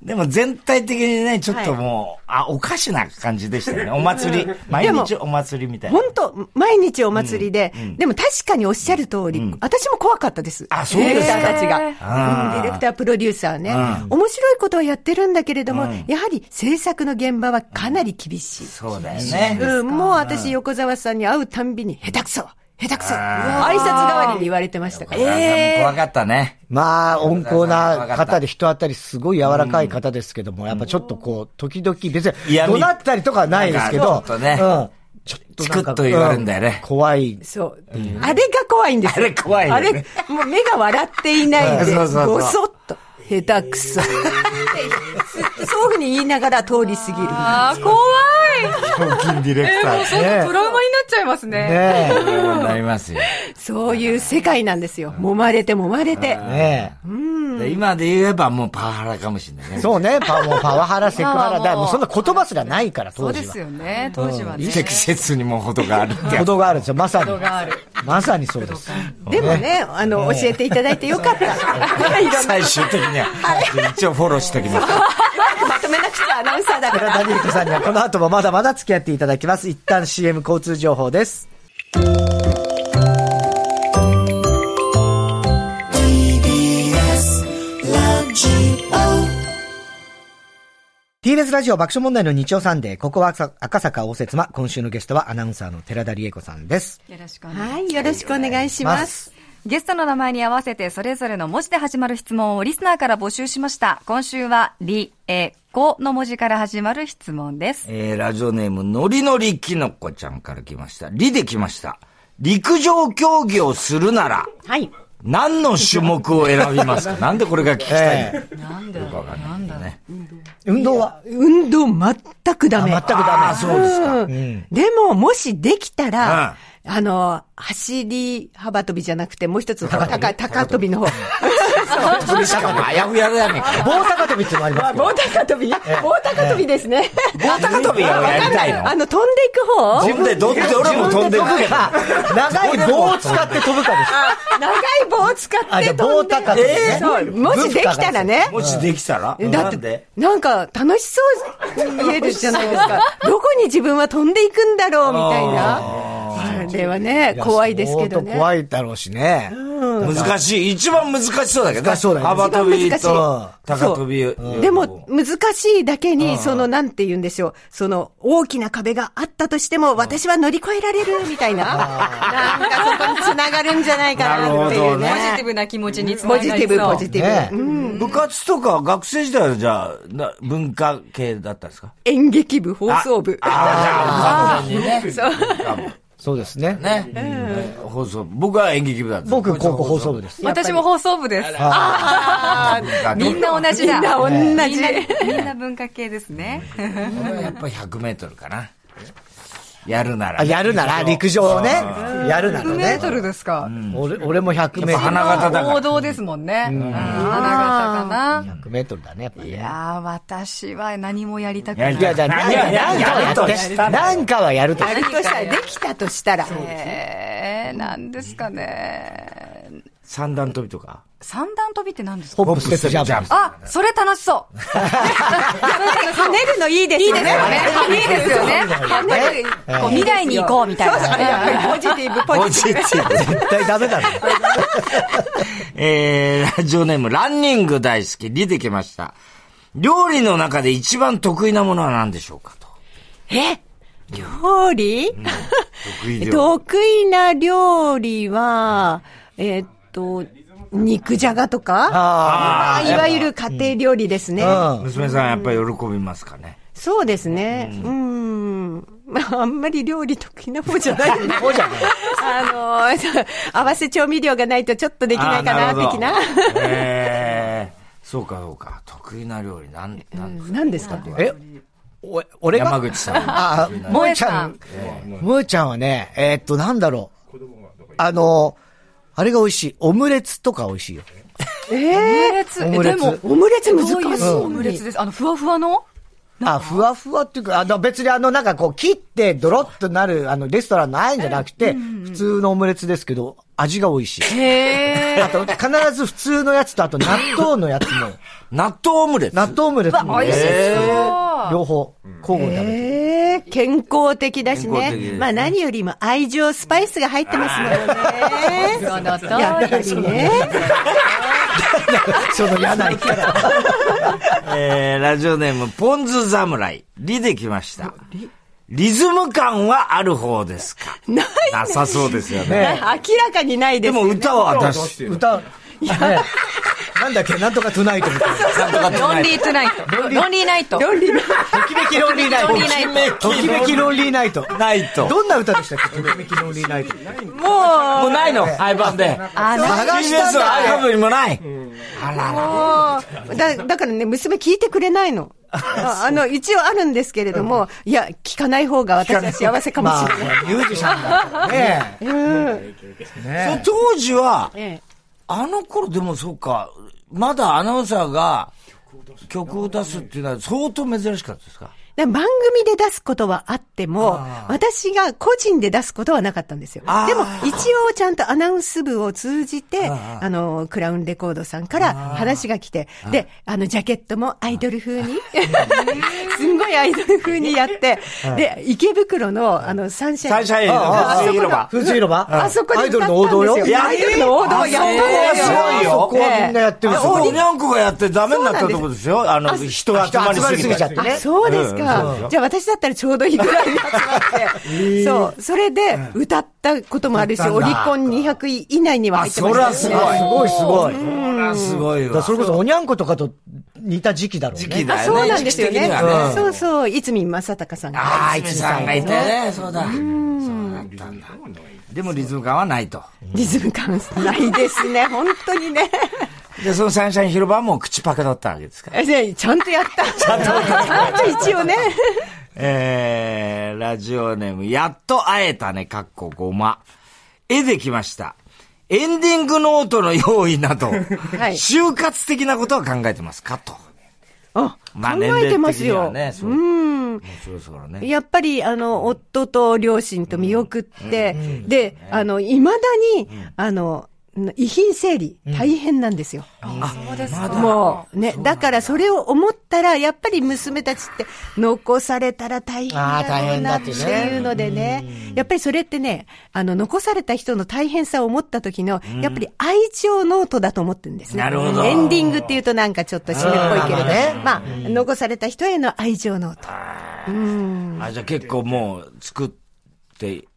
Speaker 3: でも全体的にね、ちょっともう、あ、おかしな感じでしたね。お祭り。毎日お祭りみたいな。
Speaker 2: 本当毎日お祭りで、でも確かにおっしゃる通り、私も怖かったです。
Speaker 3: あ、そうです
Speaker 2: か。たちが。ディレクター、プロデューサーね。面白いことはやってるんだけれども、やはり制作の現場はかなり厳しい。
Speaker 3: そうだよね。
Speaker 2: うん、もう私、横澤さんに会うたんびに、下手くそ下手くそ挨拶代わりに言われてましたから。
Speaker 3: えー、怖かったね。
Speaker 1: まあ、温厚な方で人当たりすごい柔らかい方ですけども、やっぱちょっとこう、時々別に、怒鳴ったりとかはないですけど、
Speaker 3: ちょっとね、ちょっとチクッと言われるんだよね。
Speaker 1: 怖い。
Speaker 2: そう。あれが怖いんです
Speaker 3: よ。あれ怖い、
Speaker 2: あれ、もう目が笑っていないんで、ごそっと。下手くそ。そういうふうに言いながら通り過ぎる。
Speaker 4: ああ、怖い
Speaker 3: 賞金ディレクター。
Speaker 4: そんなトラウマになっちゃいますね。
Speaker 1: ね
Speaker 3: トラウマになりますよ。
Speaker 2: そういう世界なんですよ。揉まれて揉まれて。
Speaker 1: ね
Speaker 3: で今で言えばもうパワハラかもしれないね。
Speaker 1: そうね、パもうパワハラ、セクハラ
Speaker 4: まあ
Speaker 1: だ。
Speaker 4: もう
Speaker 1: もうそんな言葉すらないから、
Speaker 4: そ
Speaker 1: 当
Speaker 4: うで
Speaker 1: 時は
Speaker 4: す。よね、当時はね。
Speaker 3: 適切にも程があるってや
Speaker 1: ほ
Speaker 3: つ。
Speaker 1: どがあるんですよ、まさに。
Speaker 4: がある
Speaker 1: まさにそうです。
Speaker 2: でもね、あの、教えていただいてよか [laughs] った。いろんな
Speaker 3: 最終的には。一応フォローしてきます。
Speaker 2: まとめなくちゃアナウンサーだから。
Speaker 1: 寺田理子さんにはこの後もまだまだ付き合っていただきます。一旦 CM 交通情報です。TBS ラジオ爆笑問題の日曜サンデー、ここは赤赤坂大節間、今週のゲストはアナウンサーの寺田理恵子さんです。
Speaker 4: よろしくお願いします。
Speaker 2: はい、よろしくお願いします。
Speaker 4: ゲストの名前に合わせてそれぞれの文字で始まる質問をリスナーから募集しました。今週は、り、え、この文字から始まる質問です。
Speaker 3: えー、ラジオネーム、のりのりきのこちゃんから来ました。りで来ました。陸上競技をするなら、
Speaker 2: はい。
Speaker 3: 何の種目を選びますかなんでこれが聞きたいの、よくわかんないんだね。
Speaker 1: 運動は
Speaker 2: 運動全くダメ。
Speaker 1: あ全くダメ
Speaker 3: ああ、そうですか。
Speaker 2: うんでも、もしできたら、あの、走り幅跳びじゃなくて、もう一つ、高、高跳びの方。
Speaker 3: それしかもあやふやだやねんか。
Speaker 1: 棒高跳びっていうのもありますけど
Speaker 2: 棒高跳び棒高跳びですね。
Speaker 3: 棒高跳びをやりたいの
Speaker 2: あの、飛んでいく方
Speaker 3: 自分でどって俺も飛んでく
Speaker 1: 長い
Speaker 3: けど。
Speaker 1: 棒を使って飛ぶかです。
Speaker 2: 長い棒を使っ
Speaker 1: あ、じゃ
Speaker 2: て
Speaker 1: あ棒
Speaker 2: 飛んで
Speaker 1: 高跳びね。
Speaker 2: そう、もしできたらね。
Speaker 3: もしできたら
Speaker 2: だ
Speaker 3: なん
Speaker 2: って
Speaker 3: で、
Speaker 2: なんか楽しそうに見えるじゃないですか。どこに自分は飛んでいくんだろうみたいな。あれはね、怖いですけど
Speaker 1: 相
Speaker 2: ね。
Speaker 1: 当怖いだろうしね。
Speaker 3: 難しい。一番難しそうだけどね。
Speaker 1: 難しそうだね
Speaker 3: 幅跳びと
Speaker 2: 一番難しい
Speaker 3: 高跳びよりも。
Speaker 2: でも、難しいだけに、その、なんて言うんでしょう。その、大きな壁があったとしても、私は乗り越えられる、みたいな。なんか、そこに繋がるんじゃないかな、っていう
Speaker 3: なるほどね
Speaker 2: ね。
Speaker 4: ブな気持ちにつ
Speaker 2: ポジティブ、ポジティ
Speaker 1: ね
Speaker 2: ブ。うん
Speaker 3: 部活とか学生時代はじゃあ、な文化系だったんですか
Speaker 2: 演劇部、放送部。
Speaker 3: ああ、じゃあ、完全にね。
Speaker 1: そうですね。
Speaker 3: ね、放送部。僕は演劇部だった。
Speaker 1: 僕、高校放送部です。
Speaker 4: 私も放送部です。みんな同じだ。
Speaker 2: 同じ
Speaker 4: みんなみんな文化系ですね。
Speaker 3: 俺はやっぱ100メートルかな。やるなら
Speaker 1: あ、
Speaker 3: ね。
Speaker 1: やるなら、陸上をね。やるなら
Speaker 4: 100メ
Speaker 1: ね
Speaker 4: ー。トルですか。
Speaker 1: 俺、俺も100メートル
Speaker 3: 花。形だから
Speaker 4: 王。道ですもんね。うん花形かな。
Speaker 1: 100メートルだね、やっぱり
Speaker 4: い
Speaker 1: ね。
Speaker 4: やー、私は何もやりたく
Speaker 3: や
Speaker 4: な
Speaker 3: り
Speaker 4: い
Speaker 1: い。や、じゃあ、なんかやってなんかはやると。
Speaker 2: あるとしたら、できたとしたら。
Speaker 4: えー、なんですかね。
Speaker 3: 三段跳びとか。
Speaker 4: 三段跳びって何ですか
Speaker 1: ホップ、ステップ、ジャンプ。
Speaker 4: あ、それ楽しそう。それ楽しそう
Speaker 2: 跳ねるのいいです
Speaker 4: い
Speaker 2: よ
Speaker 4: いです
Speaker 2: ね。
Speaker 4: よね。いいですよね。こう未来に行こうみたい
Speaker 2: そうそうやっぱ
Speaker 4: な。
Speaker 2: りポジティブ、ポ
Speaker 3: ポ
Speaker 2: ジ
Speaker 3: ジ
Speaker 2: ティ
Speaker 3: ティブ。
Speaker 1: 絶対ダメだね。
Speaker 3: [laughs] えー、ラジオネーム、ランニング大好き、リできました。料理の中で一番得意なものは何でしょうかと。
Speaker 2: ブ。え料理
Speaker 3: 得意料理。
Speaker 2: [laughs] 得意な料理は、えーっと、肉じゃがとか、まあいわゆる家庭料理ですね。
Speaker 1: うん。
Speaker 3: 娘さんやっぱり喜びますかね。
Speaker 2: そうですね。うん。 [laughs] まあ、あんまり料理得意な方じゃない。
Speaker 1: そうじゃない。
Speaker 2: あのそう [laughs] 合わせ調味料がないとちょっとできないか
Speaker 3: あーるほ
Speaker 2: な、
Speaker 3: ど
Speaker 2: 的な。
Speaker 3: えー、そうかそうか。得意な料理、なん、なんですか。
Speaker 2: 何ですか
Speaker 1: えお俺が
Speaker 3: 山口さん。
Speaker 1: あ、
Speaker 4: 萌
Speaker 1: 萌
Speaker 4: え
Speaker 1: え
Speaker 4: ち
Speaker 1: ち
Speaker 4: ゃ
Speaker 1: ゃ
Speaker 4: ん
Speaker 1: ん。萌えちゃんはね、えーっと、なんだろう。あの、あれが美味しい。オムレツとか美味しいよ。
Speaker 4: オムレツ。え
Speaker 1: オムレツ
Speaker 4: でも、
Speaker 2: オムレツ難し
Speaker 4: どういう
Speaker 2: い。
Speaker 4: オムレツです。あの、ふわふわの
Speaker 1: あ、ふわふわっていうか、あの別にあのなんかこう切ってドロッとなる、あのレストランのああいうんじゃなくて、普通のオムレツですけど、味が美味しい。
Speaker 4: へ
Speaker 1: あと、必ず普通のやつと、あと納豆のやつも、
Speaker 3: 納豆オムレツ。
Speaker 1: 納豆オムレツも、
Speaker 4: 美味しそう。
Speaker 1: 両方、交互に食べてる。
Speaker 2: ええ健康的だし
Speaker 3: 健康的
Speaker 2: ね。まあ何よりも愛情、スパイスが入ってますも
Speaker 4: あ
Speaker 2: のね。
Speaker 4: なた
Speaker 2: やっぱりね。
Speaker 1: その嫌な生き方。
Speaker 3: えー、ラジオネーム、ポン酢侍、リで来ました。リズム感はある方ですか
Speaker 2: ない
Speaker 3: なさそうですよね。
Speaker 1: ね
Speaker 2: 明らかにないで
Speaker 3: ですも
Speaker 2: よね。
Speaker 3: 歌は私、
Speaker 1: 歌、ねなんだっけ、なんとかトゥナイトみたいな。
Speaker 3: なんとかって
Speaker 4: [laughs] ロ
Speaker 3: な
Speaker 4: ン
Speaker 3: い
Speaker 4: リートゥナイト。ロンリーナイト。
Speaker 2: 論理の
Speaker 1: ときめきロンリーナイ
Speaker 4: ロンリーナイ
Speaker 1: ト。
Speaker 3: と
Speaker 1: と
Speaker 3: き
Speaker 1: き
Speaker 3: め
Speaker 1: め
Speaker 3: き
Speaker 1: き
Speaker 3: ロ
Speaker 1: ロ
Speaker 3: ン
Speaker 1: ンリーナイト。
Speaker 3: ないと。も
Speaker 1: どんな歌でしたっけときめきロンリーナイト。
Speaker 3: うないの、アイバンで。
Speaker 4: あ、な
Speaker 3: 探
Speaker 1: 探
Speaker 3: し
Speaker 1: したた
Speaker 3: ん
Speaker 1: ん
Speaker 3: だ
Speaker 1: だ
Speaker 3: アイバンにもない。あらら。
Speaker 2: あーだだからね、娘聞いてくれないの。ああの、一応あるんですけれども、いや、聞かない方が私は幸せかもしれない。
Speaker 1: まあ、ミュージシャンだからね。
Speaker 3: そう当時は、
Speaker 2: ええ
Speaker 3: あの頃でもそうか、まだアナウンサーが曲を出すっていうのは相当珍しかったですか
Speaker 2: だから番組で出すことはあっても、私が個人で出すことはなかったんですよ。
Speaker 3: あー
Speaker 2: でも、一応ちゃんとアナウンス部を通じて、あの、クラウンレコードさんから話が来て、で、あの、ジャケットもアイドル風に、 [laughs] すんごいアイドル風にやって、で、池袋の、あの、サンシャイン。
Speaker 3: サンシャインの
Speaker 2: ああ
Speaker 3: 藤井広場
Speaker 2: あそこの
Speaker 1: 風水広場
Speaker 2: あそこ
Speaker 1: ア
Speaker 2: で
Speaker 1: イドル
Speaker 2: 歌ったん
Speaker 1: の王道よ。
Speaker 2: ですよ。アイドルの王道をやったんですよ。
Speaker 3: あ
Speaker 1: あそこはみんなやってるんです
Speaker 3: あお
Speaker 1: よ。
Speaker 3: にゃんこがやってダメになったとこですよ。あの、人が集まりすぎちゃって。
Speaker 1: ね
Speaker 2: あそうです
Speaker 3: うん
Speaker 2: か、
Speaker 3: そう
Speaker 2: じゃあ私だったらちょうどいいぐらいに集まって、そう、それで歌ったこともあるし、
Speaker 1: うん
Speaker 2: オリコン200位以内には入ってま
Speaker 3: そ
Speaker 2: した
Speaker 3: ら
Speaker 2: ね
Speaker 3: す
Speaker 1: す
Speaker 3: ごい。
Speaker 1: ごいすごい。だ
Speaker 3: そらすごい
Speaker 1: から
Speaker 3: わ。
Speaker 1: それこそおにゃんことかと似た時期だろうね。
Speaker 3: 時期だ
Speaker 2: あ
Speaker 3: よね。
Speaker 2: そうなんですよ
Speaker 3: 時期
Speaker 2: ね
Speaker 3: 的にはね
Speaker 2: そうそう、いつみまさたかさんが。
Speaker 3: ああ、いつさんがいてね。そうだ。そうだったんだ。でもリズム感はないと。
Speaker 2: リズム感ないですね、本当にね。
Speaker 3: で、そのサンシャイン広場はもう口パクだったわけですか。
Speaker 2: でちゃんとやった。 [laughs] ちゃんと一応ね。
Speaker 3: [laughs] えー、ラジオネーム、やっと会えたね、かっこごま。絵できました。エンディングノートの用意
Speaker 2: [laughs]
Speaker 3: など、
Speaker 2: い
Speaker 3: 就活的なことは考えてますかと。
Speaker 2: あ
Speaker 3: まあ、
Speaker 2: 考
Speaker 3: 年
Speaker 2: え
Speaker 3: 齢
Speaker 2: てま
Speaker 3: 的
Speaker 2: す
Speaker 3: には
Speaker 2: よ。
Speaker 3: ね、そう。
Speaker 2: うん。
Speaker 3: 面白いですからね。
Speaker 2: やっぱり、あの、夫と両親と見送って、で、あの、いまだに、あの、遺品整理、大変なんですよ。
Speaker 4: そうですか。
Speaker 2: もう、ね、だからそれを思ったら、やっぱり娘たちって、残されたら大変
Speaker 1: あー
Speaker 2: だ
Speaker 1: 大
Speaker 2: ろう
Speaker 1: 変だ
Speaker 2: な
Speaker 1: っ
Speaker 2: ってて
Speaker 1: ね
Speaker 2: いうのでね、やっぱりそれってね、あの、残された人の大変さを思った時の、やっぱり愛情ノートだと思ってるんですね。
Speaker 3: なるほど
Speaker 2: エンディングっていうとなんかちょっと締めっぽいけれど
Speaker 1: あー、
Speaker 2: まあ、残された人への愛情ノート。
Speaker 3: あ、じゃあ結構もう作って、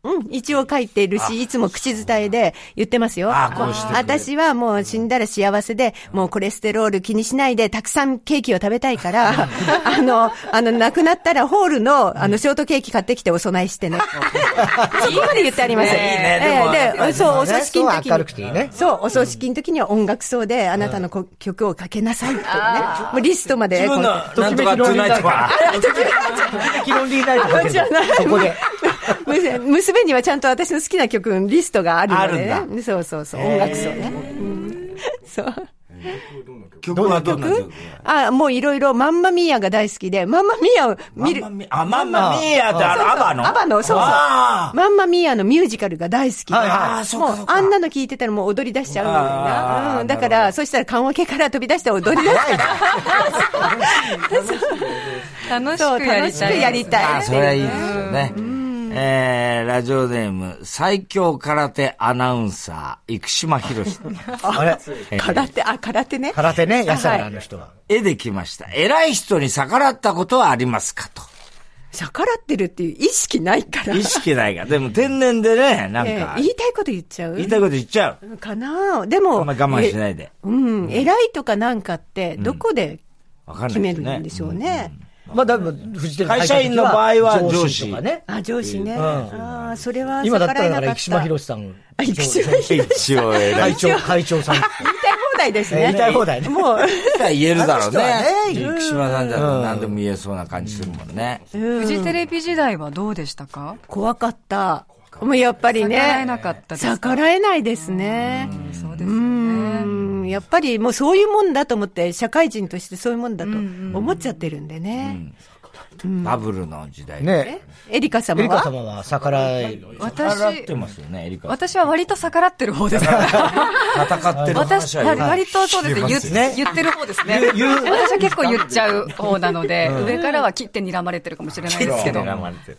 Speaker 2: うん、一応書いてるし、いつも口伝えで言ってますよ。
Speaker 3: あこうしてくれ
Speaker 2: 私はもう死んだら幸せで、もうコレステロール気にしないで、たくさんケーキを食べた
Speaker 3: [laughs]
Speaker 2: いから、あの、あの、亡くなったらホールの、あの、ショートケーキ買ってきてお供
Speaker 3: [laughs]
Speaker 2: えしてね。そこまで言ってあります。
Speaker 3: ね
Speaker 2: ええでそう、お葬式の時
Speaker 1: そう明るくていいね
Speaker 2: に、そう、お葬式の時には音楽葬で、あなたのこ曲をかけなさいっていうね。もうリストまで。
Speaker 3: 自分の
Speaker 2: こう
Speaker 3: なんとかトゥナイトは、 [laughs]
Speaker 1: 時期ロンリーナイトかけ
Speaker 2: じゃ
Speaker 1: る
Speaker 2: ない
Speaker 1: そこで。
Speaker 2: 娘娘にはちゃんと私の好きな曲のリストがあるので
Speaker 3: あるん
Speaker 2: ね。そうそうそう。音楽層ね。うんそう。
Speaker 3: 曲はどんな曲
Speaker 2: あ、もういろいろマンマミーアが大好きで、マンマミーアを見る
Speaker 3: マンマ。ミあ、マンマミーヤってあの、アバの
Speaker 2: アバの、そうそう。
Speaker 3: あー
Speaker 2: マンマミーアのミュージカルが大好きで。
Speaker 1: はいはい
Speaker 3: あー、そうかそ
Speaker 2: も
Speaker 3: う
Speaker 2: う
Speaker 3: か。
Speaker 2: あんなの聞いてたらもう踊り出しちゃうんだよ
Speaker 3: あー
Speaker 2: な。うん、だ
Speaker 3: な
Speaker 2: か
Speaker 3: るほ
Speaker 2: ら、そしたら棺桶から飛び出して踊り出した
Speaker 4: 楽し
Speaker 2: そう
Speaker 4: くや
Speaker 2: 楽
Speaker 4: り
Speaker 2: したく
Speaker 4: い。
Speaker 2: や
Speaker 3: あ
Speaker 2: りた
Speaker 3: あ、
Speaker 2: い。
Speaker 3: それはいいですよね。えー、ラジオネーム、最強空手アナウンサー、生島博士。
Speaker 1: あれ
Speaker 3: えー
Speaker 2: 空手、あ、空手ね。
Speaker 1: 空手ね、安原あの人は。
Speaker 3: 絵できました。偉い人に逆らったことはありますかと。
Speaker 2: 逆らってるっていう意識ないから。
Speaker 3: 意識ないが。でも天然でね、なん
Speaker 2: ええ
Speaker 3: か、
Speaker 2: 言いたいこと言っちゃう
Speaker 3: 言いたいこと言っちゃう。
Speaker 2: かなでも。
Speaker 3: あんま我慢しないで。
Speaker 2: うん、偉いとかなんかって、どこで
Speaker 3: わかん
Speaker 2: 決
Speaker 3: ない
Speaker 2: め
Speaker 3: けど
Speaker 2: る
Speaker 3: ね
Speaker 2: んでしょうね。
Speaker 1: まあ、だいぶ、フジテレビ
Speaker 3: 会社員の場合は上司
Speaker 1: とかね。
Speaker 2: あ、上司ね。ああ、それは
Speaker 1: 今だったら、だ
Speaker 2: 逆
Speaker 1: から、
Speaker 2: えな
Speaker 1: 生島
Speaker 2: か
Speaker 1: 博
Speaker 2: っ
Speaker 1: 士さん。
Speaker 2: た。あ、生島博士。
Speaker 3: 一応偉
Speaker 1: 会
Speaker 3: い人
Speaker 1: 長、
Speaker 2: [laughs]
Speaker 1: 会長さん。
Speaker 2: 言いたい放題ですね。
Speaker 1: [laughs] 言いたい放題ね
Speaker 2: もう、
Speaker 3: は言えるだろうね
Speaker 1: あの。人は
Speaker 3: 生島さんだと何でも言えそうな感じするもんね。
Speaker 4: フジテレビ時代はどうでしたか
Speaker 2: 怖かった。もうやっぱりね。
Speaker 4: 逆らえなかったですか
Speaker 2: 逆らえないですね。
Speaker 4: そうですよね。
Speaker 2: うん、やっぱりもうそういうもんだと思って、社会人としてそういうもんだと思っちゃってるんでね。
Speaker 3: バブルの時代。
Speaker 1: ね
Speaker 2: エリカ
Speaker 1: え。エ
Speaker 2: 様
Speaker 1: リカ
Speaker 2: は
Speaker 1: 様は逆らえ、
Speaker 3: 逆らっ
Speaker 4: 私
Speaker 3: て、ますよね、エリカ。
Speaker 4: 私は割と逆らってる [laughs] 方ですから。
Speaker 3: 戦ってる話
Speaker 4: 私、
Speaker 3: はよ
Speaker 4: 割
Speaker 3: く
Speaker 4: 割とそうですね
Speaker 3: 聞きますよ
Speaker 4: 言っ言ってる方ですね。私は結構言っちゃう方なので、上からは切って睨まれてるかもしれないですけど。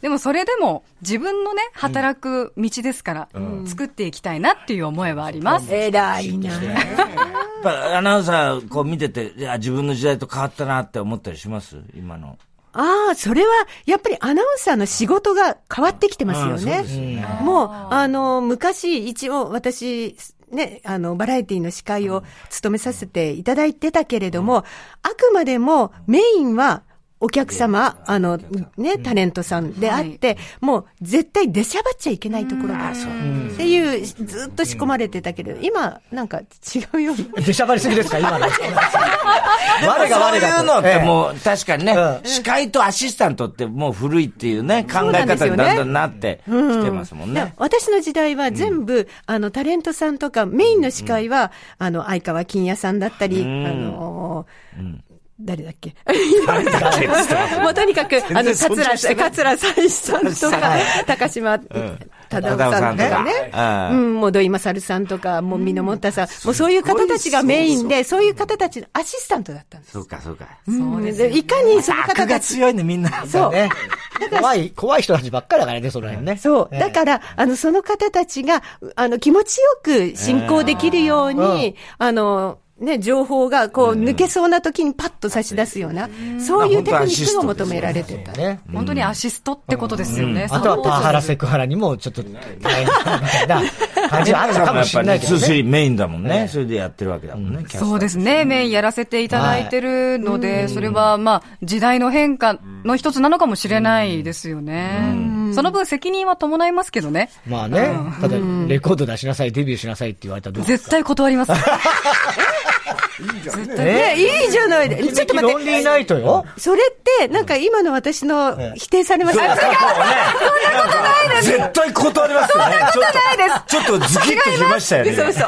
Speaker 4: でもそれでも自分のね、働く道ですから、作っていきたいなっていう思いはあります。
Speaker 2: 偉いな。
Speaker 3: やっぱアナウンサーこう見てて、いや、自分の時代と変わったなって思ったりします今の。
Speaker 2: ああ、それは、やっぱりアナウンサーの仕事が変わってきてますよね。もう、あの、昔、一応、私、ね、あの、バラエティの司会を務めさせていただいてたけれども、あくまでもメインはお客様、あの、ね、タレントさんであって、もう絶対出しゃばっちゃいけないところがある。っていう、ずっと仕込まれてたけど、今、なんか違うような。
Speaker 1: 出しゃばりすぎですか、今の。我が我
Speaker 3: そう
Speaker 1: がと。
Speaker 3: いうのって
Speaker 1: う、
Speaker 3: もう、確かにね、
Speaker 1: う
Speaker 3: 司会とアシスタントってもう古いっていうね、考え方にだんだんなってきてますもんね。
Speaker 2: 私の時代は全部、あの、タレントさんとか、メインの司会は、あの、相川金也さんだったり、あのー誰だっけ [laughs] もうとにかく、
Speaker 3: 全
Speaker 2: あの、
Speaker 3: 然尊重
Speaker 2: 桂、
Speaker 3: してない
Speaker 2: 桂才さんとか
Speaker 3: はい、
Speaker 2: 高島忠夫さんとかね
Speaker 3: 忠夫さんと。か
Speaker 2: う
Speaker 3: うん
Speaker 2: ん、もう土井勝さんとか、もう美濃もったさん、もうそういう方たちがメインで、そういう方たちのアシスタントだったんです。
Speaker 3: そうか、そうか。
Speaker 2: うんでいかにその方
Speaker 3: 悪
Speaker 2: た
Speaker 3: が
Speaker 2: ち
Speaker 3: 強いね、みんな。
Speaker 2: そう。
Speaker 1: ね。怖い、怖い人たちばっかりだからね、その辺ね。
Speaker 2: そう。
Speaker 1: ええ
Speaker 2: だから、あの、その方たちが、うあの、気持ちよく進行できるように、あの、ね、情報が、こう、抜けそうな時にパッと差し出すような、そういうテクニックを求められてた。
Speaker 1: ね。
Speaker 4: 本当にアシストってことですよね。
Speaker 1: あとはパワハラセクハラにもちょっと大変みたいな感じはあるのかもしれないけど
Speaker 3: やっぱりね通
Speaker 1: ね。
Speaker 3: 信メインだもんね。それでやってるわけだもんね、キャスター
Speaker 4: そうですね。メインやらせていただいてるので、それはまあ、時代の変化の一つなのかもしれないですよね。その分責任は伴いますけどね。
Speaker 1: まあね、ただレコード出しなさい、デビューしなさいって言われたらどう
Speaker 4: 絶対断ります。絶対。
Speaker 2: ね、いいじゃないで。ちょっと待
Speaker 1: ロ
Speaker 2: っ
Speaker 1: ン
Speaker 2: て。
Speaker 1: リーナイトよ。
Speaker 2: それって、なんか今の私の否定されました。
Speaker 3: 絶対断りますよね。そんなことない
Speaker 4: です
Speaker 3: ちょっとちょっとズキッときましたよね。
Speaker 2: 嘘嘘。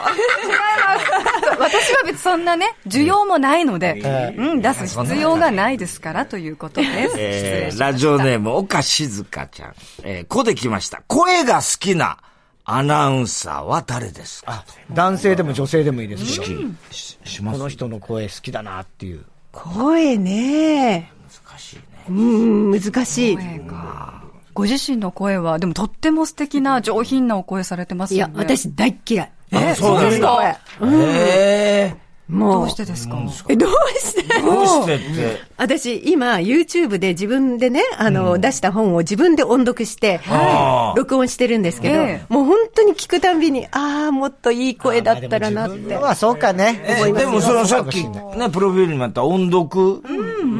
Speaker 4: 私は別にそんなね、需要もないので、うん、出す必要がないですからということです。
Speaker 3: えーラジオネーム、岡静香ちゃん。えー、こできました。声が好きなアナウンサーは誰ですか
Speaker 1: 男性でも女性でもいいですよ。
Speaker 3: ししま
Speaker 1: こ
Speaker 3: す
Speaker 1: の人の声好きだなっていう。
Speaker 2: 声ね。
Speaker 3: 難しいね。
Speaker 2: うん、難しい。
Speaker 4: ご自身の声は、でもとっても素敵な上品なお声されてます
Speaker 2: い
Speaker 4: よ
Speaker 2: や
Speaker 4: ね。、
Speaker 2: 私大っ嫌い。
Speaker 3: え、そうですか
Speaker 2: 声
Speaker 3: え
Speaker 4: ど
Speaker 2: も
Speaker 4: う
Speaker 2: う
Speaker 4: してですか
Speaker 2: え、どうして
Speaker 3: ー、どうしてって。
Speaker 2: 私、今、YouTube で自分でね、あの、出した本を自分で音読して、
Speaker 3: あー
Speaker 2: 録音してるんですけど、
Speaker 4: え
Speaker 2: もう本当に聞くたんびに、ああ、もっといい声だったらなって。
Speaker 1: まあそうかね。
Speaker 3: えでもそのさっき
Speaker 1: 思いますよ
Speaker 3: ね、プロフィールにもあった音読、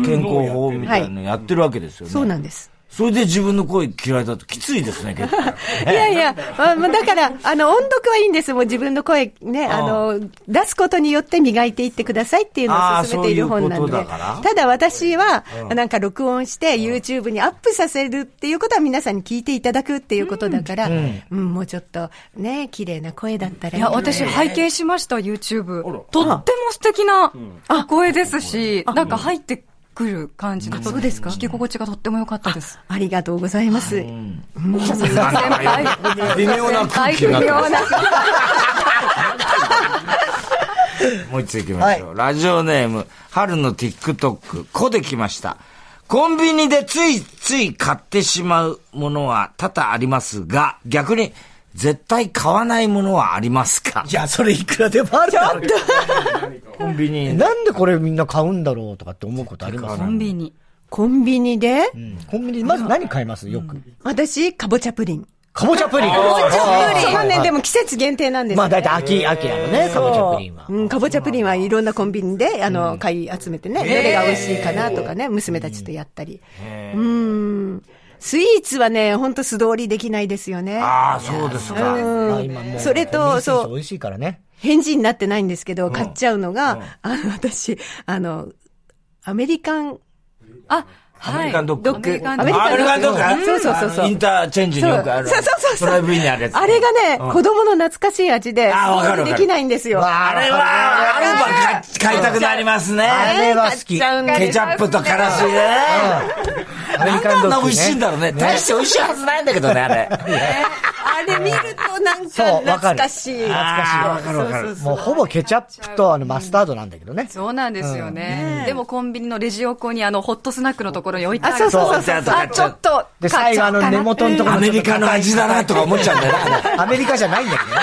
Speaker 3: 健康法みたいなのやってるわけですよね。
Speaker 2: そうなんです。
Speaker 3: それで自分の声嫌いだときついですね、結構。
Speaker 2: [laughs] いやいや、まあ、まあだから、あの、音読はいいんです。もう自分の声ね、あの、出すことによって磨いていってくださいっていうのを勧めている本なので。
Speaker 3: あーそういうことだから
Speaker 2: ただ私は、なんか録音して YouTube にアップさせるっていうことは皆さんに聞いていただくっていうことだから、うん、もうちょっとね、綺麗な声だったら
Speaker 4: いや、私、拝見しました、YouTube。とっても素敵なお声ですし、なんか入ってくる感じの。そうですか聞き心地がとっても良かったです。
Speaker 2: ありがとうございます。
Speaker 4: 先輩。
Speaker 3: 微妙な空気になってます。もう一つ行きましょう。ラジオネーム、春の TikTok、こできました。コンビニでついつい買ってしまうものは多々ありますが、逆に絶対買わないものはありますか
Speaker 1: いや、それいくらでもあるだろうけど
Speaker 3: コンビニ。
Speaker 1: なんでこれみんな買うんだろうとかって思うことあります
Speaker 4: コンビニ。
Speaker 2: コンビニで、
Speaker 1: コンビニでまず何買いますよく。
Speaker 2: 私、かぼちゃプリン。
Speaker 1: かぼちゃプリン。
Speaker 2: そうまあね、でも季節限定なんです
Speaker 1: まあ
Speaker 2: よ
Speaker 1: 大体秋、秋やのね、かぼちゃプリンは。
Speaker 2: うん、かぼちゃプリンはいろんなコンビニで、あの、買い集めてね、どれが美味しいかなとかね、娘たちとやったり。うん。スイーツはね、ほんと素通りできないですよね。
Speaker 3: ああ、そうですか。
Speaker 1: まあ今もう
Speaker 2: それと
Speaker 1: ミニスイーツ
Speaker 2: そう
Speaker 1: 美味しいからね。
Speaker 2: 返事になってないんですけど、買っちゃうのが、あの、私、あの、アメリカン、
Speaker 4: あ、
Speaker 3: アメ
Speaker 4: は
Speaker 3: リ
Speaker 4: い。
Speaker 3: カンドッグ。
Speaker 2: ドッグ
Speaker 3: あ
Speaker 2: アメリカンドッグ
Speaker 3: アメリカンドッグ。
Speaker 2: そうそうそうそう
Speaker 3: あのインターチェンジによくある。
Speaker 2: そうそうそうそう
Speaker 3: ドライブインにあるやつ。
Speaker 2: あれがね、
Speaker 3: うん
Speaker 2: 子供の懐かしい味で、
Speaker 3: あーわかるわかる
Speaker 2: できないんですよ。
Speaker 3: あれは、あれば買いたくなりますね。
Speaker 1: あれは好き。
Speaker 2: 買っちゃうんだ
Speaker 3: ケチャップとからしでね。
Speaker 1: アメリカンド
Speaker 3: なんであん
Speaker 1: ッ
Speaker 3: な
Speaker 1: グ、ね。
Speaker 3: 美味しいんだろうね。大して美味しいはずないんだけどね、あれ。
Speaker 2: あれ見るとなん
Speaker 1: そう
Speaker 2: か
Speaker 1: わかる
Speaker 2: 懐かしい。
Speaker 3: [laughs] あーわかるわかる。
Speaker 1: もうほぼケチャップとあのマスタードなんだけどね。
Speaker 4: そうなんですよね。でもコンビニのレジ横にあの、ホットスナックのところに置いてある。
Speaker 2: あそうそうそう
Speaker 3: そうそうそう
Speaker 4: あちょっと。
Speaker 1: で、最後あの根元のところ
Speaker 3: ア
Speaker 1: の
Speaker 3: メ
Speaker 1: ちょっ
Speaker 3: リ
Speaker 1: と
Speaker 3: カの味だなとか思っちゃうんだよねあれ。
Speaker 1: アメリカじゃないんだけどね。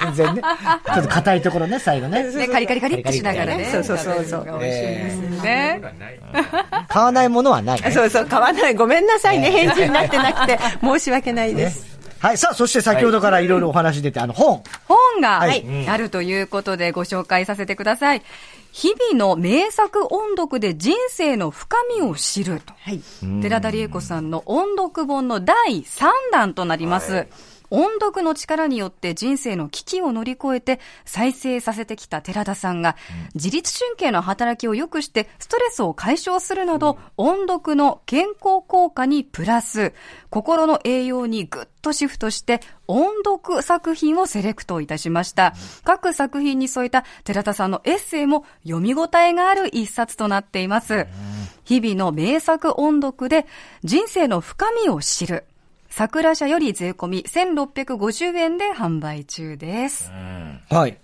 Speaker 1: 全然ね。ちょっと硬いところね、最後ね。
Speaker 4: ね、カリカリカリってしながらね。
Speaker 2: そうそうそうそう
Speaker 4: 食べるのが美味しいですよね。
Speaker 1: 買わないものはない、ね。
Speaker 2: そうそう、買わない。ごめんなさいね。返事になってなくて、申し訳ないです。
Speaker 1: はい。さあ、そして先ほどからいろいろお話出て、あの本。
Speaker 4: 本が
Speaker 1: はい
Speaker 4: あるということでご紹介させてください。日々の名作音読で人生の深みを知ると。
Speaker 2: はい。
Speaker 4: 寺田理恵子さんの音読本の第3弾となります。音読の力によって人生の危機を乗り越えて再生させてきた寺田さんが、自律神経の働きを良くしてストレスを解消するなど、音読の健康効果にプラス、心の栄養にぐっとシフトして、音読作品をセレクトいたしました。各作品に添えた寺田さんのエッセイも読み応えがある一冊となっています。日々の名作音読で人生の深みを知る。桜社より税込み1650円で販売中です。
Speaker 1: はい。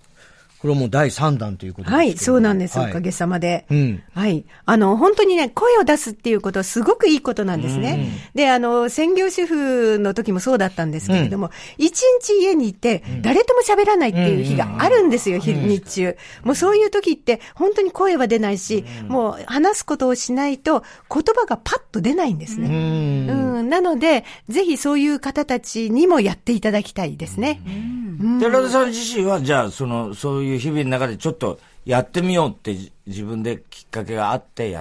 Speaker 1: これはもう第3弾ということですけど
Speaker 2: はい、そうなんです、
Speaker 1: はい
Speaker 2: おかげさまで、
Speaker 1: うん
Speaker 2: はい。あの、本当にね、声を出すっていうことはすごくいいことなんですね。で、あの、専業主婦の時もそうだったんですけれども、一、日家にいて、誰とも喋らないっていう日があるんですよ、日日中。もうそういう時って、本当に声は出ないし、もう話すことをしないと、言葉がパッと出ないんですね。
Speaker 1: うん。
Speaker 2: うん、なので、ぜひそういう方たちにもやっていただきたいですね。
Speaker 3: [laughs] 寺田さん自身は、じゃあ、その、そういう日々の中でちょっとやってみようってじ自分できっかけがあってや、や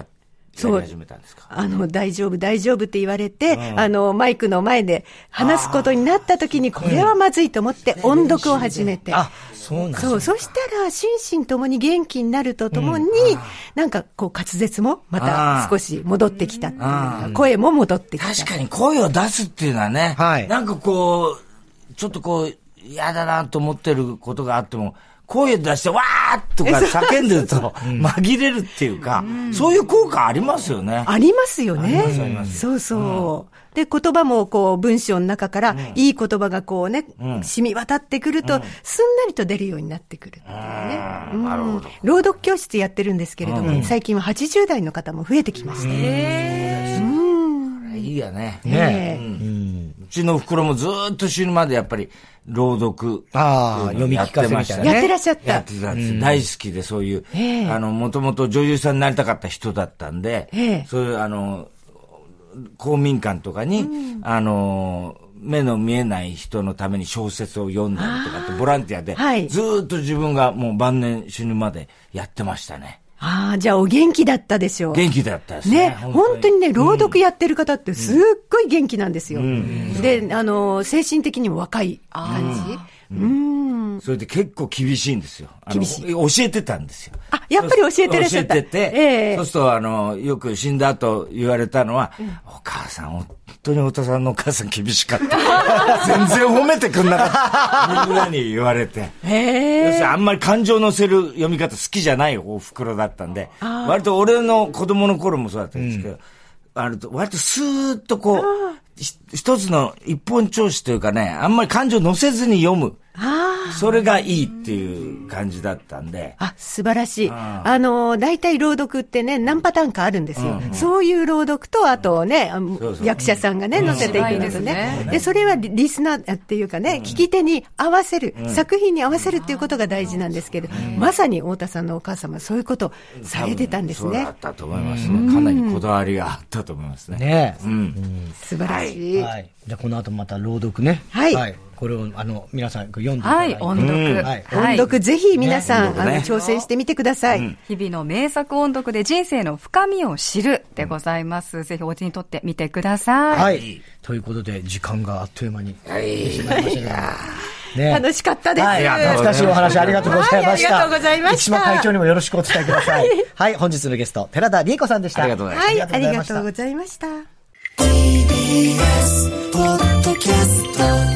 Speaker 3: り
Speaker 2: そう
Speaker 3: 始めたんですか
Speaker 2: あの、大丈夫、大丈夫って言われて、あの、マイクの前で話すことになった時に、これはまずいと思って音読を始めて。
Speaker 1: あ、そうなんです
Speaker 2: そう、そしたら、心身ともに元気になるとともに、なんかこう滑舌もま
Speaker 3: あ
Speaker 2: た
Speaker 3: ー
Speaker 2: 少し戻ってきたっていうか声も戻ってきた。
Speaker 3: 確かに声を出すっていうのはね、
Speaker 1: はい
Speaker 3: なんかこう、ちょっとこう、嫌だなと思ってることがあっても、声出して、わーとか叫んで [laughs] ると、紛れるっていうか、そういう効果ありますよね。
Speaker 2: ありますよね。
Speaker 3: あります
Speaker 2: そうそう。で、言葉もこう、文章の中から、いい言葉がこうね、染み渡ってくると、すんなりと出るようになってくるっていうね。うん朗読教室やってるんですけれども、最近は80代の方も増えてきました。
Speaker 3: いいよね。
Speaker 1: ね。
Speaker 2: ええ
Speaker 3: うちの袋もずーっと死ぬまでやっぱり朗読。
Speaker 1: ああ、読み聞かせみたいなね。
Speaker 2: やってらっしゃった
Speaker 3: やってたんです。大好きで、そういう、
Speaker 2: ええ
Speaker 3: あの、もともと女優さんになりたかった人だったんで、
Speaker 2: ええ
Speaker 3: そういう、あの、公民館とかに、あの、目の見えない人のために小説を読んだりとかって、ボランティアで、
Speaker 2: はい
Speaker 3: ずーっと自分がもう晩年死ぬまでやってましたね。
Speaker 2: ああ、じゃあお元気だったでしょう。
Speaker 3: 元気だったですね。
Speaker 2: ね、本当にね、朗読やってる方ってすっごい元気なんですよ。で、あの、精神的にも若い感じ。
Speaker 3: それで結構厳しいんですよ。あの
Speaker 2: 厳しい
Speaker 3: 教えてたんですよ。
Speaker 2: あやっぱり教えてらっしゃった
Speaker 3: 教えてて、
Speaker 2: ええ
Speaker 3: そうすると、あの、よく死んだ後言われたのは、お母さん、本当に太田さんのお母さん厳しかった。 [laughs] 全然褒めてくんなかった。みんなに言われて。
Speaker 2: へえ。
Speaker 3: 要するにあんまり感情乗せる読み方好きじゃないお袋だったんで、割と俺の子供の頃もそうだったんですけど、あの割とスーッとこう、ひ一つの一本調子というかね、あんまり感情乗せずに読む。それがいいっていう感じだったんで、
Speaker 2: あ、素晴らしい。あの、大体朗読ってね、何パターンかあるんですよ。そういう朗読と、あとね、あの
Speaker 3: そうそう
Speaker 2: 役者さんがね、載せていくの
Speaker 4: 芝居です
Speaker 2: と
Speaker 4: ね
Speaker 2: ね。で、それはリリスナーっていうかね、聞き手に合わせる、作品に合わせるっていうことが大事なんですけど、まさに太田さんのお母様、そういうことされてたんです
Speaker 3: そう
Speaker 2: ね
Speaker 3: だっ。たと思いますね。かなりこだわりがあったと思いますね。
Speaker 1: ね
Speaker 2: 素晴らしい。
Speaker 1: はい。じゃあこの後また朗読ね。
Speaker 2: はい
Speaker 1: これを、あの、皆さん読んでいただ
Speaker 4: はいい、
Speaker 1: て。
Speaker 4: 音読。
Speaker 1: はい
Speaker 4: はい
Speaker 2: 音読、ぜひ皆さん、
Speaker 3: ね
Speaker 2: あの
Speaker 3: 音、読
Speaker 2: 挑戦してみてください。
Speaker 4: 日々の名作音読で人生の深みを知るでございます。ぜひお家にとってみてください。
Speaker 1: はい。ということで、時間があっという間に。はい。しまいましたけどもね
Speaker 2: 楽しかったです。
Speaker 1: はい、懐かしいお話ありがとうございました。
Speaker 2: はいありがとうございました
Speaker 1: 生島会長にもよろしくお伝えくだ
Speaker 2: [laughs]
Speaker 1: さい。はい、本日のゲスト、寺田理恵子さんでした。
Speaker 3: ありがとうございま
Speaker 2: はい、
Speaker 1: あ
Speaker 2: あ
Speaker 1: り
Speaker 2: り
Speaker 1: が
Speaker 2: が
Speaker 1: と
Speaker 2: と
Speaker 1: う
Speaker 2: う
Speaker 1: ご
Speaker 2: ございました。
Speaker 5: TBS ポッドキャスト